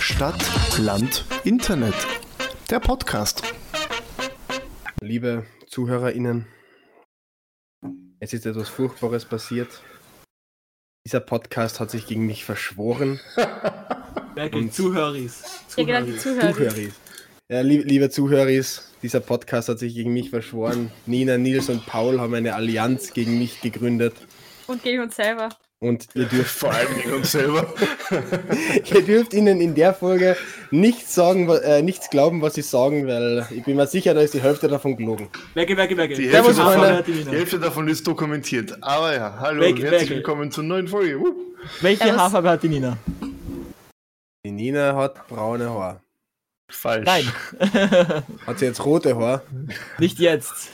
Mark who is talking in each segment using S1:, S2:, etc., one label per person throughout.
S1: Stadt, Land, Internet. Der Podcast.
S2: Liebe ZuhörerInnen, es ist etwas Furchtbares passiert. Dieser Podcast hat sich gegen mich verschworen.
S3: Wirklich,
S2: Und-
S3: Zuhöris.
S4: Ja, genau, die Zuhörer.
S2: Zuhörer. Ja, lieb, liebe Zuhörer, dieser Podcast hat sich gegen mich verschworen. Nina, Nils und Paul haben eine Allianz gegen mich gegründet.
S4: Und gegen uns selber.
S2: Und ihr dürft,
S5: Vor allem gegen uns selber.
S2: ihr dürft ihnen in der Folge nichts, sagen, wa- äh, nichts glauben, was sie sagen, weil ich bin mir sicher, da ist die Hälfte davon gelogen.
S3: Werke, werke, werke.
S5: Die
S2: Servus,
S5: Hälfte,
S2: Freunde.
S3: Nachfrage
S5: davon,
S3: hat die Wiener.
S5: die Hälfte davon ist dokumentiert. Aber ja, hallo
S3: Weg,
S5: und herzlich
S3: weg.
S5: willkommen zur neuen Folge. Wupp.
S3: Welche
S4: Servus.
S3: Haarfarbe hat die Nina?
S2: Die Nina hat braune Haar.
S5: Falsch.
S3: Nein,
S2: Hat sie jetzt rote Haar?
S3: nicht jetzt.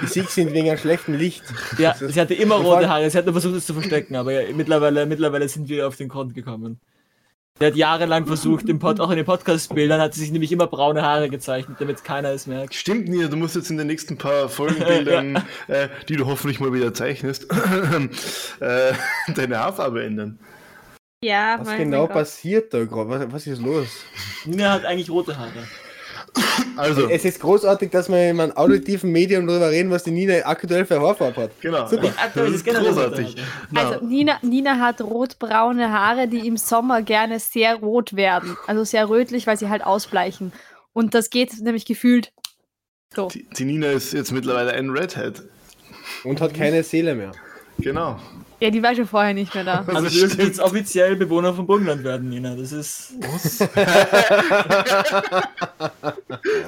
S2: Die Sieg sind wegen einem schlechten Licht.
S3: Ja,
S2: ist-
S3: sie hatte immer
S2: Wir
S3: rote
S2: fangen-
S3: Haare. Sie hat nur versucht, es zu verstecken, aber ja, mittlerweile, mittlerweile sind wir auf den Grund gekommen. Sie hat jahrelang versucht, im Pod, auch in den Podcast-Bildern hat sie sich nämlich immer braune Haare gezeichnet, damit keiner es merkt.
S5: Stimmt, Nina, du musst jetzt in den nächsten paar Folgenbildern, äh, die du hoffentlich mal wieder zeichnest, äh, deine Haarfarbe ändern.
S4: Ja,
S2: Was
S4: mein
S2: genau
S4: Gott.
S2: passiert da gerade? Was, was ist los?
S3: Nina hat eigentlich rote Haare.
S5: Also,
S2: Es ist großartig, dass wir in einem auditiven Medium darüber reden, was die Nina aktuell für Haarfarbe hat.
S5: genau.
S2: Super.
S3: Ach,
S5: Das
S3: das
S5: ist
S3: ist generell
S5: großartig.
S3: rote
S5: Na,
S4: Also Nina, Nina hat rotbraune Haare, die im Sommer gerne sehr rot werden. Also sehr rötlich, weil sie halt ausbleichen. Und das geht nämlich gefühlt so.
S5: die, die Nina ist jetzt mittlerweile ein Redhead.
S2: Und hat keine Seele mehr.
S5: Genau.
S4: Ja, die war schon vorher nicht mehr da.
S3: Also
S5: Das
S3: wir dürfen
S5: stimmt.
S3: jetzt offiziell Bewohner von Burgenland werden, Nina. Das ist.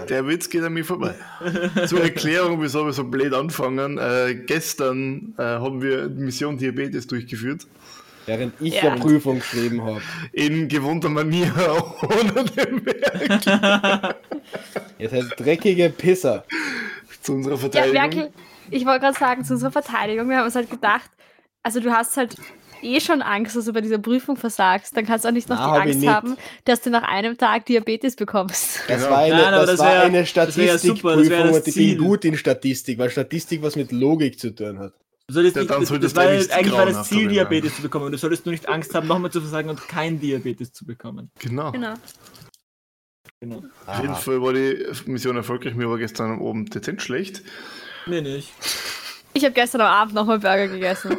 S5: Der Witz geht an mir vorbei. Zur Erklärung, wieso wir so blöd anfangen. Äh, gestern äh, haben wir Mission Diabetes durchgeführt.
S2: Während ich ja,
S4: Ja.
S2: Prüfung geschrieben habe.
S5: In gewohnter Manier, ohne den Werk.
S2: Ihr seid dreckige Pisser.
S5: Zu unserer
S4: Ja,
S5: Verteidigung.
S4: Merkel, ich wollte gerade sagen, zu unserer Verteidigung, wir haben uns halt gedacht, also du hast halt eh schon Angst, dass du bei dieser Prüfung versagst. Dann kannst du auch nicht noch
S2: Na,
S4: die
S2: hab ich
S4: Angst
S2: nicht.
S4: haben, dass du nach einem Tag Diabetes bekommst.
S2: Das
S5: Genau.
S2: war eine,
S3: Nein, aber
S2: das
S3: das
S2: war
S3: wär-
S2: eine
S3: das wär ja super, das wär
S2: Statistikprüfung
S3: das
S2: und ich bin
S3: Ziel.
S2: gut in Statistik, weil Statistik was mit Logik zu tun hat.
S3: Du solltest
S5: Ja,
S3: nicht,
S5: dann
S3: das,
S5: solltest
S3: das
S5: du
S3: war
S5: ja
S3: ja
S5: nichts
S3: eigentlich war das
S5: grauenhaft
S3: Ziel,
S5: darüber
S3: Diabetes zu bekommen. Du solltest nur nicht Angst haben, nochmal zu versagen und kein Diabetes zu bekommen.
S5: Genau.
S4: Genau.
S3: Genau.
S5: Auf jeden Fall war die Mission erfolgreich. Mir war gestern oben dezent schlecht.
S3: Nee, nicht.
S4: Ich habe gestern am Abend nochmal Burger gegessen.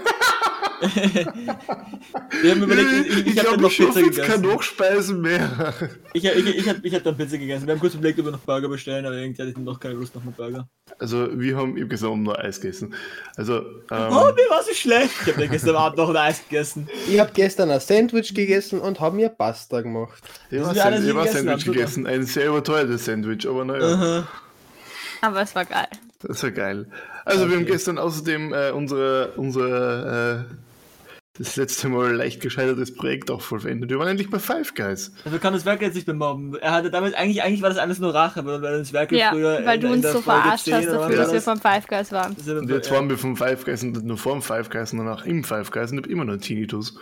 S3: Wir haben überlegt, ich, ich, ich habe dann
S5: glaub,
S3: noch
S5: ich
S3: Pizza
S5: schaffe jetzt keine
S3: gegessen.
S5: Nachspeisen mehr.
S3: Ich, ich, ich, ich, hab- ich habe dann Pizza gegessen. Wir haben kurz überlegt, ob wir noch Burger bestellen, aber irgendwie hatte ich noch keine Lust auf einen Burger.
S5: Also, wir haben, ich hab gestern oben nur Eis gegessen. Also, ähm,
S3: Oh, mir war so schlecht. Ich habe gestern Abend noch ein Eis gegessen.
S2: Ich habe gestern ein Sandwich gegessen und habe mir Pasta gemacht.
S5: ich
S3: Das
S5: habe
S3: ist
S5: Sandwich,
S3: alles, die
S5: ich hab ein
S3: gegessen haben,
S5: Sandwich
S3: super.
S5: gegessen. Ein sehr überteuertes Sandwich, aber naja.
S4: Aber es war geil.
S5: Das war geil. Also wir haben gestern außerdem äh, unsere, unsere äh, das letzte Mal leicht gescheitertes Projekt auch vollendet. Wir waren endlich bei Five Guys.
S3: Dafür Also kann das Werk jetzt nicht mehr mobben. Er hatte damals, eigentlich, eigentlich war das alles nur Rache, weil, weil das Werk
S4: Ja,
S3: früher.
S4: weil
S3: in-
S4: du
S3: in
S4: uns
S3: der
S4: so
S3: Folge
S4: verarscht
S3: 10
S4: hast
S3: oder
S4: dafür,
S3: wann
S4: dass
S3: war
S4: wir
S3: das?
S4: vom Five Guys waren.
S3: Sind wir
S5: Und
S3: bei-
S5: jetzt waren wir vom Five Guys und nicht nur vor dem Five Guys, sondern auch im Five Guys und ich hab immer noch Tinnitus.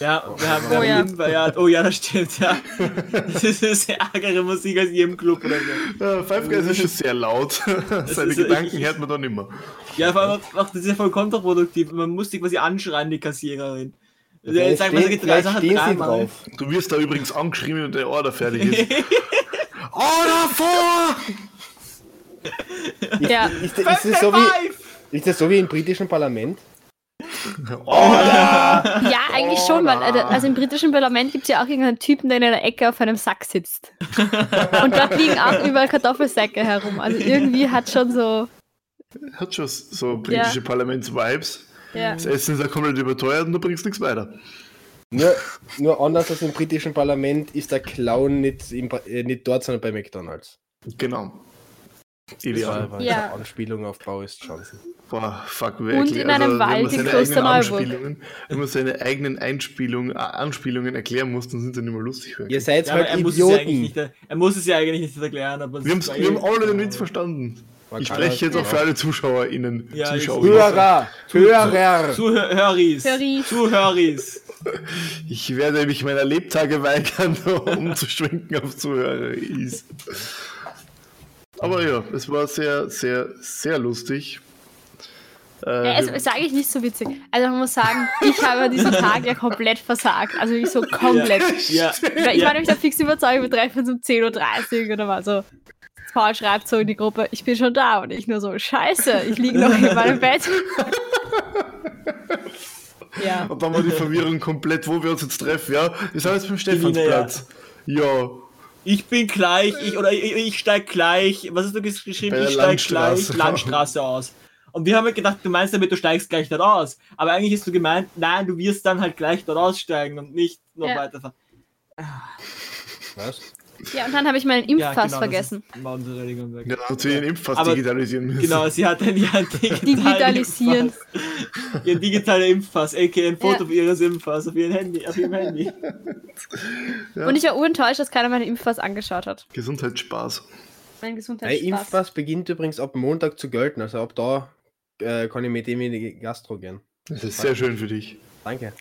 S3: Ja, wir haben, wir
S4: Oh
S3: haben
S4: ja.
S3: jeden Bayard. Oh ja, das stimmt, ja. Das ist ärgere Musik als jedem Club oder so.
S5: Äh, Five Guys ist schon sehr laut. Seine
S3: ist so-
S5: Gedanken
S3: ich-
S5: hört man dann immer.
S3: Ja, vor allem auch, auch das ist ja voll kontraproduktiv. Man muss die quasi anschreien, die Kassiererin. Also
S2: Vielleicht
S3: jetzt sagen wir, sie
S2: stehen-
S3: geht drei
S2: vielleicht
S3: Sachen
S2: stehen sie
S3: dreimal.
S2: drauf.
S5: Du wirst da übrigens angeschrieben, wenn der Order fertig ist. Order vor!
S4: Ja.
S2: Ist, ist, das so wie, ist das so wie im britischen Parlament?
S4: Ja, eigentlich schon, weil äh, also im britischen Parlament gibt es ja auch irgendeinen Typen, der in einer Ecke auf einem Sack sitzt. Und dort liegen auch überall Kartoffelsäcke herum. Also irgendwie hat schon so.
S5: Hat schon so britische Parlaments-Vibes.
S4: Ja.
S5: Das Essen ist ja komplett überteuert und du bringst nichts weiter.
S2: Nur, nur anders als im britischen Parlament ist der Clown nicht, im, Pa- äh, nicht dort, sondern bei McDonalds.
S5: Genau.
S2: Das war
S5: Ideal.
S2: aber
S4: Ja.
S2: eine Anspielung auf Boris Johnson.
S5: Boah, fuck, also, wirklich.
S4: in einem
S5: wenn man
S4: Wald in
S5: seine
S4: Klosterneuburg.
S5: eigenen Anspielungen- Wenn man seine eigenen Einspielungen, A- Anspielungen erklären muss, dann sind sie nicht mehr lustig.
S2: Ihr
S5: wirklich.
S2: seid
S3: Ja, aber
S2: halt
S3: er muss, es ja eigentlich
S2: Idioten.
S3: nicht, er muss es ja eigentlich nicht erklären. Aber es
S5: Wir, haben's-
S3: war
S5: wir haben
S3: eh-
S5: alle den Witz verstanden.
S2: Man
S5: Ich
S2: kann
S5: spreche
S2: halt-
S5: jetzt auch für alle ZuschauerInnen.
S3: Ja, ich-
S5: Zuschauer.
S2: Hörer! Hörer!
S3: Zuhöris.
S4: Höris.
S3: Zuhöris.
S5: Ich werde mich meiner Lebtage weigern, um zu schwenken auf Zuhörer. Aber ja, es war sehr, sehr, sehr lustig. Äh,
S4: Ja, also, sage ich nicht so witzig. Also man muss sagen, ich habe diesen Tag ja komplett versagt. Also ich so komplett.
S3: Ja,
S4: Weil ich
S3: Ja.
S4: war nämlich da fix überzeugt, wir treffen uns um 10.30 Uhr oder was. So. Paul schreibt so in die Gruppe, ich bin schon da. Und ich nur so, scheiße, ich liege noch in meinem Bett. ja.
S5: Und dann war die Verwirrung komplett, wo wir uns jetzt treffen, ja? Wir sind jetzt beim Stephansplatz. Ja,
S3: ich bin gleich, ich, oder ich, ich steig gleich, was hast du ges-
S5: Bei
S3: geschrieben?
S5: der
S3: Ich steig gleich
S5: Landstraße.
S3: Landstraße aus. Und wir haben halt gedacht, du meinst damit, du steigst gleich dort aus. Aber eigentlich hast du gemeint, nein, du wirst dann halt gleich dort aussteigen und nicht noch
S4: Ja.
S3: weiterfahren.
S2: Was?
S4: ja, und dann habe ich meinen Impfpass
S3: genau, das
S4: vergessen.
S3: ist- war unsere Regelung.
S5: ja dann hat sie den Impfpass
S3: Aber-
S5: digitalisieren müssen.
S3: Genau, sie hat dann ihren digitalen
S4: Digitalisieren.
S3: Impfpass. Ihren digitalen Impfpass, a.k.a. ein Foto ihres Impfpass auf ihrem Handy. Auf ihrem Handy.
S4: Und ich war urenttäuscht, dass keiner meinen Impfpass angeschaut hat.
S5: Gesundheitsspaß.
S4: Mein
S2: Der
S4: Gesundheitsspaß.
S2: Impfpass beginnt übrigens ab Montag zu gelten, also ab da äh, kann ich mit dem in die Gastro gehen.
S5: Das ist sehr schön für dich.
S2: Danke.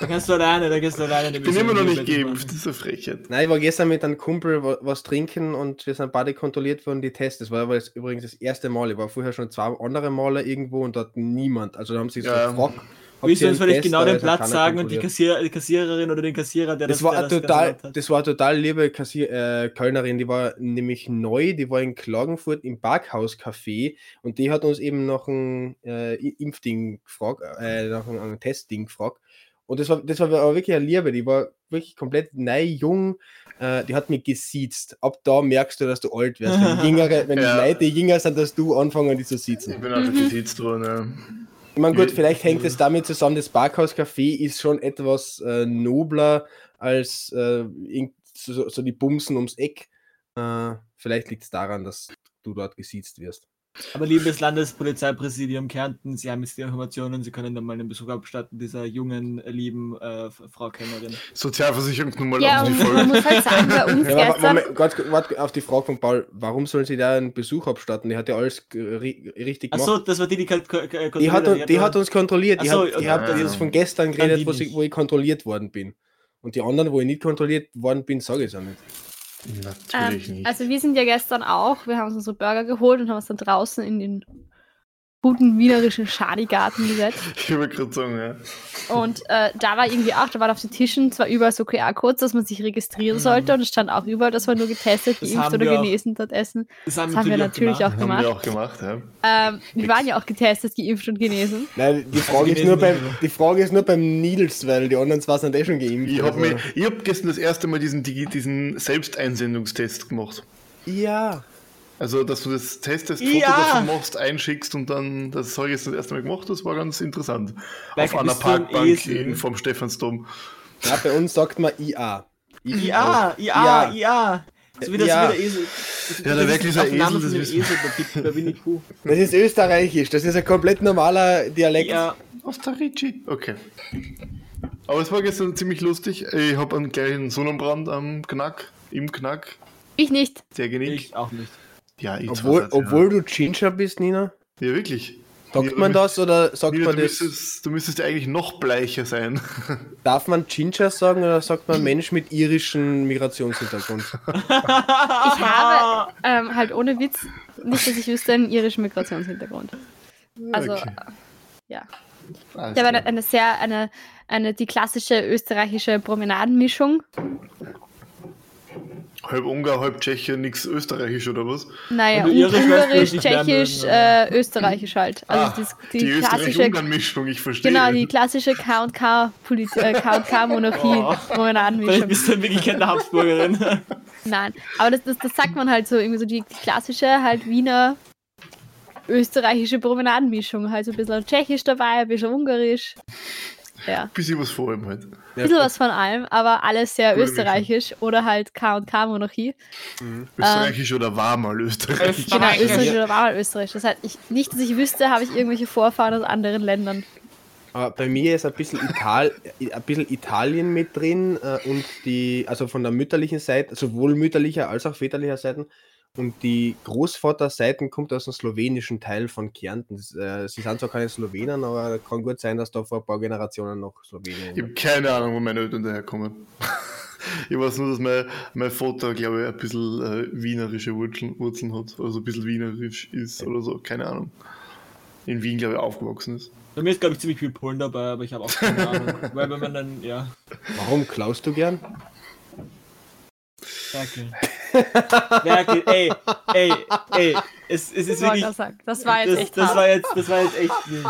S3: Da kannst du alleine, da kannst du alleine.
S5: Ich bin immer noch nicht geimpft, das ist eine Frechheit.
S2: Nein, ich war gestern mit einem Kumpel wa- was trinken und wir sind beide kontrolliert worden, die Tests. Das war aber jetzt übrigens das erste Mal. Ich war vorher schon zwei andere Male irgendwo und dort niemand. Also da haben sie so
S5: Ja.
S2: gefragt. ob
S3: Willst
S2: sie
S3: du uns
S2: einen
S3: vielleicht
S2: Test äh,
S3: genau
S2: haben,
S3: den
S2: es hat
S3: Platz
S2: keiner
S3: sagen und die,
S2: kontrolliert.
S3: Kassier die Kassiererin oder den Kassierer, der
S2: Das war,
S3: der
S2: eine total,
S3: gesagt hat?
S2: das war eine total liebe Kassier, äh, Kölnerin, die war nämlich neu, die war in Klagenfurt im Parkhauscafé und die hat uns eben nach einem äh, I- Impfding gefragt, äh, nach einem, einem Testding gefragt. Und das war, das war aber wirklich eine Liebe, die war wirklich komplett neu, jung, äh, die hat mich gesiezt. Ab da merkst du, dass du alt wirst. Wenn, jüngere, wenn
S5: Ja.
S2: die Leute jünger sind, dass du anfangen, die zu siezen.
S5: Ich bin einfach
S4: Mhm.
S5: gesitzt worden, ja.
S2: Ich meine, gut,
S5: Ja,
S2: vielleicht hängt es damit zusammen, das Parkhaus-Café ist schon etwas äh, nobler als äh, irgend- so, so- so die Bumsen ums Eck. Äh, vielleicht liegt es daran, dass du dort gesiezt wirst.
S3: Aber liebes Landespolizeipräsidium Kärnten, Sie haben jetzt die Informationen, Sie können dann mal einen Besuch abstatten dieser jungen, äh, lieben äh, Frau Kellnerin.
S5: Sozialversicherungsnummer
S4: Ja,
S5: auf die
S4: und
S5: Folge.
S4: man muss halt sagen, bei uns
S2: Ja, aber,
S4: gestern
S2: Moment, ganz kurz, warte, auf die Frage von Paul, warum sollen sie da einen Besuch abstatten? Die hat ja alles ge- ri- richtig gemacht.
S3: Achso, das war die, die kalt- ko- ko-
S2: die, hat,
S3: kontrolliert
S2: un- die hat
S3: oder?
S2: uns kontrolliert. Die
S3: Ach so,
S2: hat, die
S3: okay.
S2: hat
S5: Ah.
S2: jetzt von gestern
S3: Dann
S2: geredet,
S3: die
S2: wo, sie,
S3: nicht.
S2: wo ich kontrolliert worden bin. Und die anderen, wo ich nicht kontrolliert worden bin, sage ich es auch nicht.
S5: Natürlich
S4: Ähm,
S5: nicht.
S4: Also wir sind ja gestern auch, wir haben uns unsere Burger geholt und haben uns dann draußen in den guten wienerischen Schadigarten gesetzt.
S5: ich würde gerade sagen, ja.
S4: Und äh, da war irgendwie auch, da waren auf den Tischen zwar überall so QR-Codes, dass man sich registrieren sollte und es stand auch überall, dass man nur getestet,
S3: Das
S4: geimpft
S3: haben
S4: oder
S3: wir auch.
S4: genesen dort essen.
S3: das
S4: Das haben wir natürlich auch
S5: Haben
S4: gemacht.
S5: wir auch gemacht, ja.
S4: Ähm, wir waren ja auch getestet, geimpft und genesen.
S2: Nein, die Frage,
S3: die
S2: ist nur
S3: lesen
S2: beim,
S3: nicht mehr.
S2: die Frage ist nur beim Nils, weil die anderen zwei sind eh schon geimpft.
S5: Ich
S2: also-
S5: habe hab gestern das erste Mal diesen, Digi- diesen Selbsteinsendungstest gemacht.
S2: ja.
S5: Also, dass du das testest, Foto
S3: Ja.
S5: davon machst, einschickst und dann, das habe ich jetzt das erste Mal gemacht, das war ganz interessant.
S3: Mike,
S5: Auf einer
S3: bist du ein
S5: Parkbank
S4: eh
S3: Esel?
S5: in, vom Stephansdom.
S2: ja, bei uns sagt man IA.
S3: Ja, ja,
S2: Ja.
S3: ja. So wie das
S2: Ja.
S3: wieder Esel.
S5: Ja, da wirklich dieser
S3: Esel.
S5: Esel,
S3: Das
S5: das
S3: ist
S5: wissen
S3: Esel bei Pip- bei Winnie Pooh.
S2: Das ist österreichisch, das ist ein komplett normaler Dialekt.
S3: Ja,
S5: Aus der Ricci. Okay. Aber es war gestern ziemlich lustig. Ich habe einen kleinen Sonnenbrand am Knack, im Knack,
S4: Ich nicht.
S5: der Genick.
S3: ich auch nicht.
S5: Ja, ich
S2: Obwohl,
S5: zwar,
S2: obwohl du Ginger bist, Nina?
S5: Ja, ja wirklich.
S2: Sagt
S5: Ja,
S2: man
S5: du
S2: das oder sagt
S5: Nina,
S2: man
S5: du,
S2: das?
S5: müsstest, du müsstest ja eigentlich noch bleicher sein.
S2: Darf man Ginger sagen oder sagt man Mensch mit irischem Migrationshintergrund?
S4: Ich habe ähm, halt ohne Witz, nicht dass ich wüsste, einen irischen Migrationshintergrund. Also,
S5: Okay.
S4: ja.
S5: Alles
S4: Ich habe
S5: klar.
S4: eine, eine sehr, eine, eine, die klassische österreichische Promenadenmischung.
S5: Halb Ungar, halb Tscheche, nix Österreichisch oder was?
S4: Naja,
S3: Wenn du
S4: und
S3: irisch wärst, würdest
S4: ungarisch,
S3: du dich mehr
S4: tschechisch,
S3: mögen, oder?
S4: äh, österreichisch halt.
S5: Ah,
S4: Also das,
S5: die
S4: die, klassische,
S5: Österreich-Ungarn-Mischung, ich verstehe.
S4: genau, die klassische K&K Polit- äh, K&K
S3: Oh.
S4: Monarchie
S3: Vielleicht
S4: Promenadenmischung.
S3: bist du in Wirklichkeit eine Habsburgerin.
S4: Nein, aber das, das, das sagt man halt so irgendwie so die, die klassische halt Wiener österreichische Promenadenmischung, halt so ein bisschen tschechisch dabei, ein bisschen ungarisch. Ja,
S5: Bisschen was vor allem halt.
S4: ein bisschen was von allem, aber alles sehr
S5: Gute
S4: österreichisch oder halt K&K Monarchie.
S5: Österreichisch oder war mal Österreich.
S4: Genau,
S3: Österreich.
S4: Österreich oder war mal Österreich. Das heißt, ich, nicht, dass ich wüsste, habe ich irgendwelche Vorfahren aus anderen Ländern.
S2: Aber Ah, bei mir ist ein bisschen, Ital äh, ein bisschen Italien mit drin äh, und die, also von der mütterlichen Seite, sowohl mütterlicher als auch väterlicher Seiten. Und die Großvaterseiten kommt aus dem slowenischen Teil von Kärnten. Das, äh, Sie sind zwar keine Slowenen, aber kann gut sein, dass da vor ein paar Generationen noch Slowenen
S5: Ich habe keine Ahnung, wo meine Eltern daherkommen. Ich weiß nur, dass mein, mein Vater, glaube ich, ein bisschen äh, wienerische Wurzeln, Wurzeln hat. Also ein bisschen wienerisch ist oder so, keine Ahnung. in Wien, glaube ich, aufgewachsen ist.
S3: Bei mir ist, glaube ich, ziemlich viel Polen dabei, aber ich habe auch keine Ahnung. Weil wenn man dann, ja,
S2: Warum klaust du gern?
S3: Merkel. Merkel, ey, ey, ey, es, es ist
S4: Wollte
S3: wirklich,
S4: ich auch sagen. das war jetzt
S3: das,
S4: Halt echt
S3: das
S4: hart.
S3: war jetzt, das war jetzt echt mies.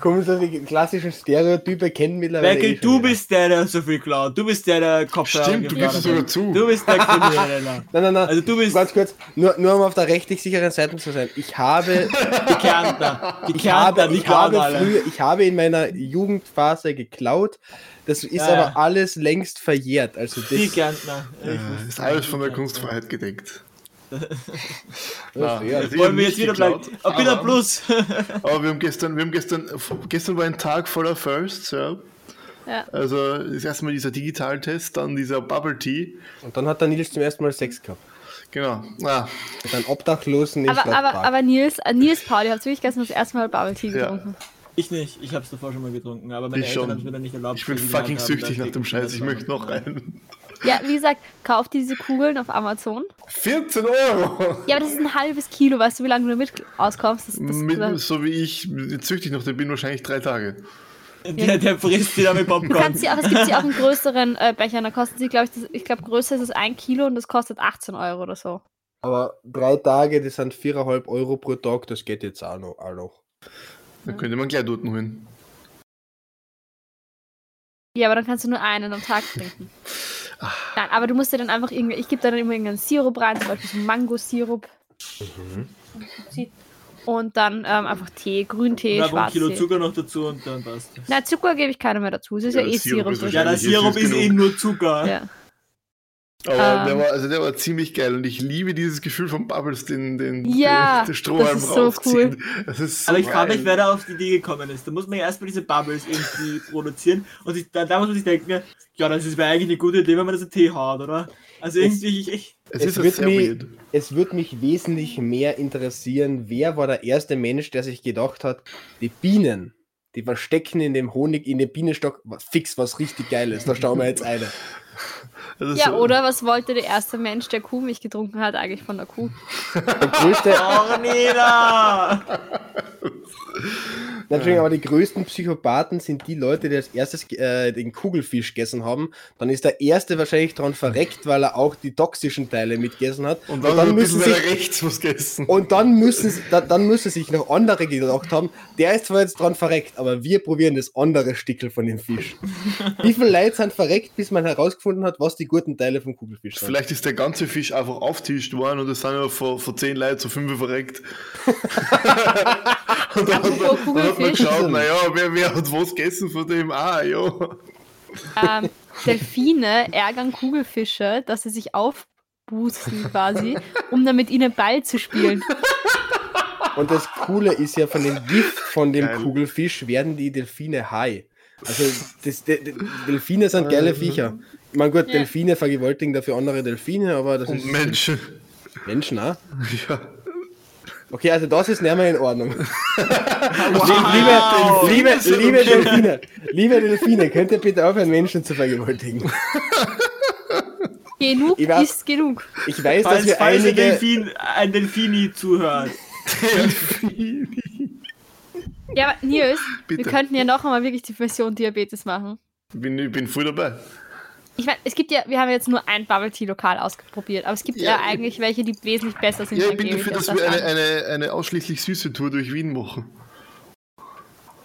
S2: Kommen so die klassischen Stereotype kennen mittlerweile. eh
S3: Merkel,
S2: schon
S3: du
S2: jeder.
S3: bist der, der so viel klaut. Du bist der, der Kopfhörer
S5: Stimmt, du
S3: geklaut
S5: gibst es
S3: hat.
S5: sogar zu.
S3: Du bist der Krimineller.
S2: Nein, nein, nein.
S3: Also du bist-
S2: Ganz kurz, nur, nur um auf der rechtlich sicheren Seite zu sein. Ich habe.
S3: Die Kärntner. Die
S2: Ich habe,
S3: Kärntner, die
S2: ich, habe
S3: Kärntner.
S2: früher, ich habe in meiner Jugendphase geklaut. Das ist
S3: Ja,
S2: aber
S3: ja.
S2: alles längst verjährt. Also
S3: Die
S2: das,
S3: Kärntner. Ich
S5: Äh,
S3: wusste
S5: ist alles von der
S3: nicht.
S5: Kunstfreiheit gedeckt.
S2: das ja.
S5: Also ich
S3: Wollen
S5: hab
S3: wir
S5: nicht
S3: jetzt wieder
S5: geklaut,
S3: bleiben? Ein bisschen
S5: aber-
S3: Plus.
S5: Aber wir haben gestern, wir haben gestern, gestern war ein Tag voller Firsts, ja.
S4: Ja.
S5: Also das erste Mal dieser Digitaltest, dann dieser Bubble Tea.
S2: Und dann hat der Nils zum ersten Mal Sex gehabt.
S5: Genau. Ah,
S2: Mit einem Obdachlosen im
S4: Aber, aber,
S2: Stadtpark.
S4: aber Nils, äh, Nils Paul, ihr habt wirklich gestern das erste Mal Bubble Tea
S5: Ja.
S4: getrunken.
S3: Ich nicht, ich hab's davor schon mal getrunken, aber meine
S5: Ich
S3: Eltern
S5: schon.
S3: haben es mir dann nicht erlaubt.
S5: ich bin
S3: weil sie
S5: fucking
S3: gemeint haben,
S5: süchtig
S3: dass
S5: nach dem
S3: die-
S5: Scheiß, ich möchte noch einen.
S4: Ja, wie gesagt, kauft ihr diese Kugeln auf Amazon.
S5: 14 Euro!
S4: Ja, aber das ist ein halbes Kilo, weißt du, wie lange du damit auskommst? Das, das,
S5: Mit,
S4: das,
S5: so wie ich süchtig nach dem bin, wahrscheinlich drei Tage.
S3: Der, der frisst wieder mit
S4: du
S3: Popcorn.
S4: kannst sie, aber es gibt sie auch in größeren äh, Bechern. Da kosten sie, glaube ich, das, ich glaube, größer ist es ein Kilo und das kostet 18 Euro oder so.
S2: Aber drei Tage, das sind 4,5 Euro pro Tag, das geht jetzt auch noch. Auch noch.
S5: Dann könnte man gleich dort holen.
S4: Ja, aber dann kannst du nur einen am Tag trinken. Nein, aber du musst dir dann einfach irgendwie, ich gebe da dann immer irgendeinen Sirup rein, zum Beispiel so Mango-Sirup. Und dann ähm, einfach Tee, Grüntee,
S3: Noch ein Kilo
S4: Schwarztee.
S3: Zucker noch dazu und dann passt. das.
S4: Na, Zucker gebe ich keiner mehr dazu. Es ist ja,
S5: Ja,
S4: eh
S5: Sirup
S4: Sirup.
S5: ist
S4: drin.
S3: Ja, der
S5: Wahrscheinlich ist
S3: Sirup
S5: es
S3: ist eh
S5: genug.
S3: nur Zucker.
S4: ja.
S5: Aber der,
S4: Ähm.
S5: war, also der war ziemlich geil und ich liebe dieses Gefühl von Bubbles, den, den,
S4: Ja,
S5: den, den Strohhalm
S4: das ist so
S5: raufziehen. Das ist so
S3: Aber ich frage mich,
S5: geil.
S3: wer da auf die Idee gekommen ist. Da muss man ja erstmal diese Bubbles irgendwie produzieren und sich, da, da muss man sich denken, ja, das ist mir eigentlich eine gute Idee, wenn man das in Tee haut, oder? Also irgendwie, ich, ich,
S5: Es,
S2: Es,
S5: ist
S2: wird
S5: sehr
S2: mich,
S5: weird.
S2: es wird mich wesentlich mehr interessieren, wer war der erste Mensch, der sich gedacht hat, die Bienen, die verstecken in dem Honig, in dem Bienenstock wa- fix was richtig Geiles. Da schauen wir jetzt eine.
S5: Das ist
S4: ja,
S5: so-
S4: oder was wollte der erste Mensch, der Kuhmilch getrunken hat, eigentlich von der Kuh?
S2: Der größte,
S3: oh,
S2: Also,
S3: Nina!
S2: Natürlich, aber die größten Psychopathen sind die Leute, die als erstes äh, den Kugelfisch gegessen haben. Dann ist der erste wahrscheinlich dran verreckt, weil er auch die toxischen Teile mitgegessen hat.
S5: Und dann, ein bisschen weiter rechts was gegessen.
S2: und dann müssen sie, da, dann müssen sich noch andere gedacht haben, der ist zwar jetzt dran verreckt, aber wir probieren das andere Stickel von dem Fisch. Wie viele Leute sind verreckt, bis man herausgefunden hat, was die guten Teile vom Kugelfisch sind?
S5: Vielleicht ist der ganze Fisch einfach auftischt worden und es sind ja vor, vor zehn Leuten zu fünf verreckt. und dann hat
S4: Apropos
S5: man, dann hat man
S4: Kugelfisch.
S5: geschaut, naja, wer, wer hat was gegessen von dem? Ah, ja.
S4: ähm, Delfine ärgern Kugelfische, dass sie sich aufpusten quasi, um dann mit ihnen Ball zu spielen.
S2: Und das Coole ist ja, von dem Gift von dem
S5: Geil.
S2: Kugelfisch werden die Delfine high. Also das, de, de, Delfine sind geile Viecher. Ich meine, gut,
S4: Ja.
S2: Delfine vergewaltigen dafür andere Delfine, aber das
S5: Und
S2: ist
S5: Menschen.
S2: Menschen, auch.
S5: Ja.
S2: Okay, also das ist nicht mehr in Ordnung.
S5: Wow.
S2: Liebe,
S5: Delfine
S2: liebe,
S5: sind
S2: liebe
S5: okay.
S2: Delfine, liebe Delfine, könnt ihr bitte aufhören, Menschen zu vergewaltigen?
S4: Genug
S2: Ich weiß-
S4: ist genug.
S2: Ich weiß, dass
S3: Falls,
S2: wir
S3: falls ein,
S2: einige...
S3: Delfin, ein Delfini zuhört.
S4: Ja, aber Nils, wir
S5: Bitte.
S4: könnten ja noch einmal wirklich die Version Diabetes machen.
S5: Ich bin, ich bin voll dabei.
S4: Ich meine, es gibt ja, wir haben jetzt nur ein Bubble Tea lokal ausprobiert, aber es gibt ja,
S5: Ja, ich-
S4: eigentlich welche, die wesentlich besser sind.
S5: Ja, ich
S4: dann
S5: bin
S4: gebe
S5: dafür,
S4: jetzt
S5: dass
S4: das
S5: wir eine,
S4: an.
S5: eine, eine ausschließlich süße Tour durch Wien machen.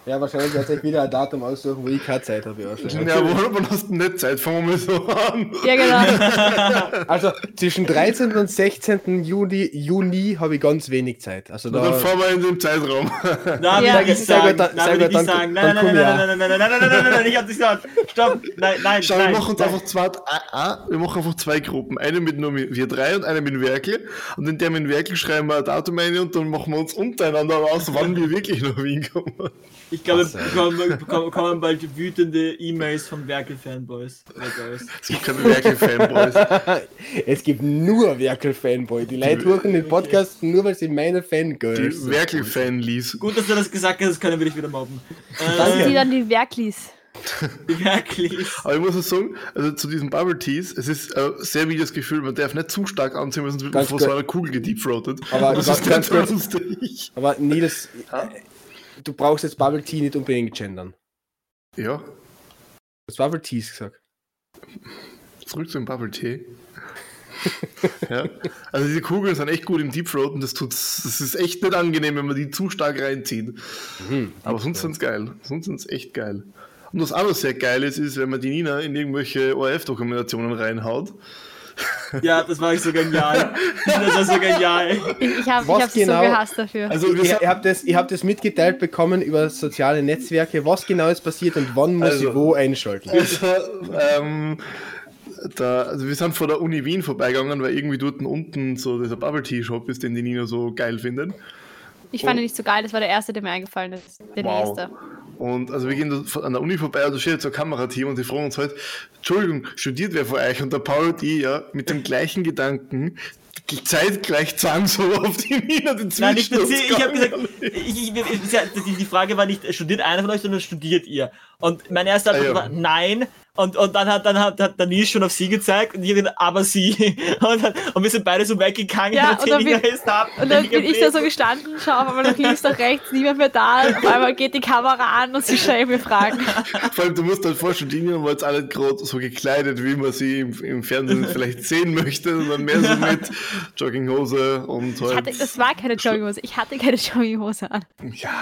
S2: Ja, wahrscheinlich werde ich wieder ein Datum aussuchen, wo ich keine Zeit habe. ja, wahrscheinlich.
S5: Ja, aber man hast nicht Zeit, fangen wir mal so an.
S4: Ja, genau.
S2: Also zwischen 13. und 16. Juli, Juni habe ich ganz wenig Zeit. Also
S5: Und dann
S2: da,
S5: fahren wir in dem Zeitraum.
S3: Na,
S4: Ja.
S3: ja. will ich
S2: Sehr gut,
S3: sagen.
S2: dann- sehr
S3: Na, will
S2: gut,
S3: ich
S2: dann-
S3: sagen.
S2: dann
S3: Nein, nein,
S2: komm
S3: nein,
S2: ja.
S3: nein, nein, nein, nein, nein, nein, nein, nein, nein, nein, ich hab's nicht gesagt. Stopp. Nein, nein,
S5: Schau,
S3: nein.
S5: wir machen uns
S3: nein.
S5: einfach zwei, ah, ah, wir machen einfach zwei Gruppen. Eine mit nur mit wir drei und eine mit Werkel. Und in der mit Werkel schreiben wir ein Datum ein und dann machen wir uns untereinander aus, wann wir wirklich nach Wien kommen.
S3: Ich glaube, wir bekommen, bekommen, bekommen bald wütende E-Mails von Werkel-Fanboys. Werkel-Boys.
S5: Es gibt keine Werkel-Fanboys.
S2: es gibt nur Werkel-Fanboy. Die Leute hören den Podcast nur, weil sie meine Fangirls
S5: Die
S2: sind.
S5: Werkel-Fan lies.
S3: Gut, dass du das gesagt hast, das können wir dich wieder mobben.
S4: Das sind
S3: Äh,
S4: die dann die Werklis.
S3: Wirklich.
S5: Aber ich muss auch sagen, also zu diesen Bubble Teas, es ist äh, sehr wie das Gefühl, man darf nicht zu stark anziehen, weil sonst wird man
S2: Ganz
S5: vor
S2: kurz.
S5: so einer Kugel gedeepfroatet.
S2: Aber
S5: das
S2: ganz-
S5: ist ganz
S2: ganz kurz.
S5: lustig.
S2: Aber Nils, äh, du brauchst jetzt Bubble Tea nicht unbedingt gendern.
S5: Ja,
S2: Du hast Bubble Teas gesagt.
S5: zurück zum Bubble Tea. ja. Also diese Kugeln sind echt gut im Deepfroaten, das tut das ist echt nicht angenehm, wenn man die zu stark reinzieht.
S2: Mhm.
S5: Aber sonst sind es geil. Sonst sind es echt geil. Und was auch noch sehr geil ist, ist, wenn man die Nina in irgendwelche ORF-Dokumentationen reinhaut.
S3: Ja, das war ich so genial. Das war so genial.
S4: Ich, ich habe
S2: Was
S4: hab
S2: genau-
S4: so gehasst dafür.
S5: Also wir
S2: ihr,
S5: sind-
S2: ihr, habt das, ihr habt das mitgeteilt bekommen über soziale Netzwerke, was genau ist passiert und wann muss
S5: Also-
S2: ich wo einschalten.
S5: Also, ähm, da, also wir sind vor der Uni Wien vorbeigegangen, weil irgendwie dort unten so dieser Bubble Tea Shop ist, den die Nina so geil findet.
S4: Ich
S3: Oh.
S4: fand ihn nicht so geil, das war der erste, der mir eingefallen ist. Der nächste.
S5: Und also wir gehen da von- an der Uni vorbei, und da steht jetzt so ein Kamerateam und die fragen uns halt, Entschuldigung, studiert wer von euch? Und der Paul und ich ja mit dem gleichen Gedanken zeitgleich zwang so auf die Nina den
S3: Nein, ich,
S5: Zwischensturz
S3: beziehe- ich habe gesagt,
S5: gegangen.
S3: ich, ich, ich, ja, die, die Frage war nicht, studiert einer von euch, sondern studiert ihr? Und meine erste Antwort
S5: Ah, ja.
S3: war nein. Und, und dann hat dann hat, hat Daniel schon auf sie gezeigt und ich hab gesagt, aber sie. Und, dann, und wir sind beide so weggegangen
S4: Ja,
S3: und
S4: und dann
S3: Nina
S4: bin-
S3: ist da.
S4: Und dann bin ich da
S3: eh
S4: so gestanden, schau auf einmal nach links, nach rechts, niemand mehr da. Auf einmal geht die Kamera an und sie stellt mir Fragen.
S5: Vor allem, du musst halt vorstellen, die Nina war jetzt alle gerade so gekleidet, wie man sie im, im Fernsehen vielleicht sehen möchte, sondern mehr so mit Jogginghose und
S4: Ich
S5: halt.
S4: hatte, das war keine Jogginghose. Ich hatte keine Jogginghose an.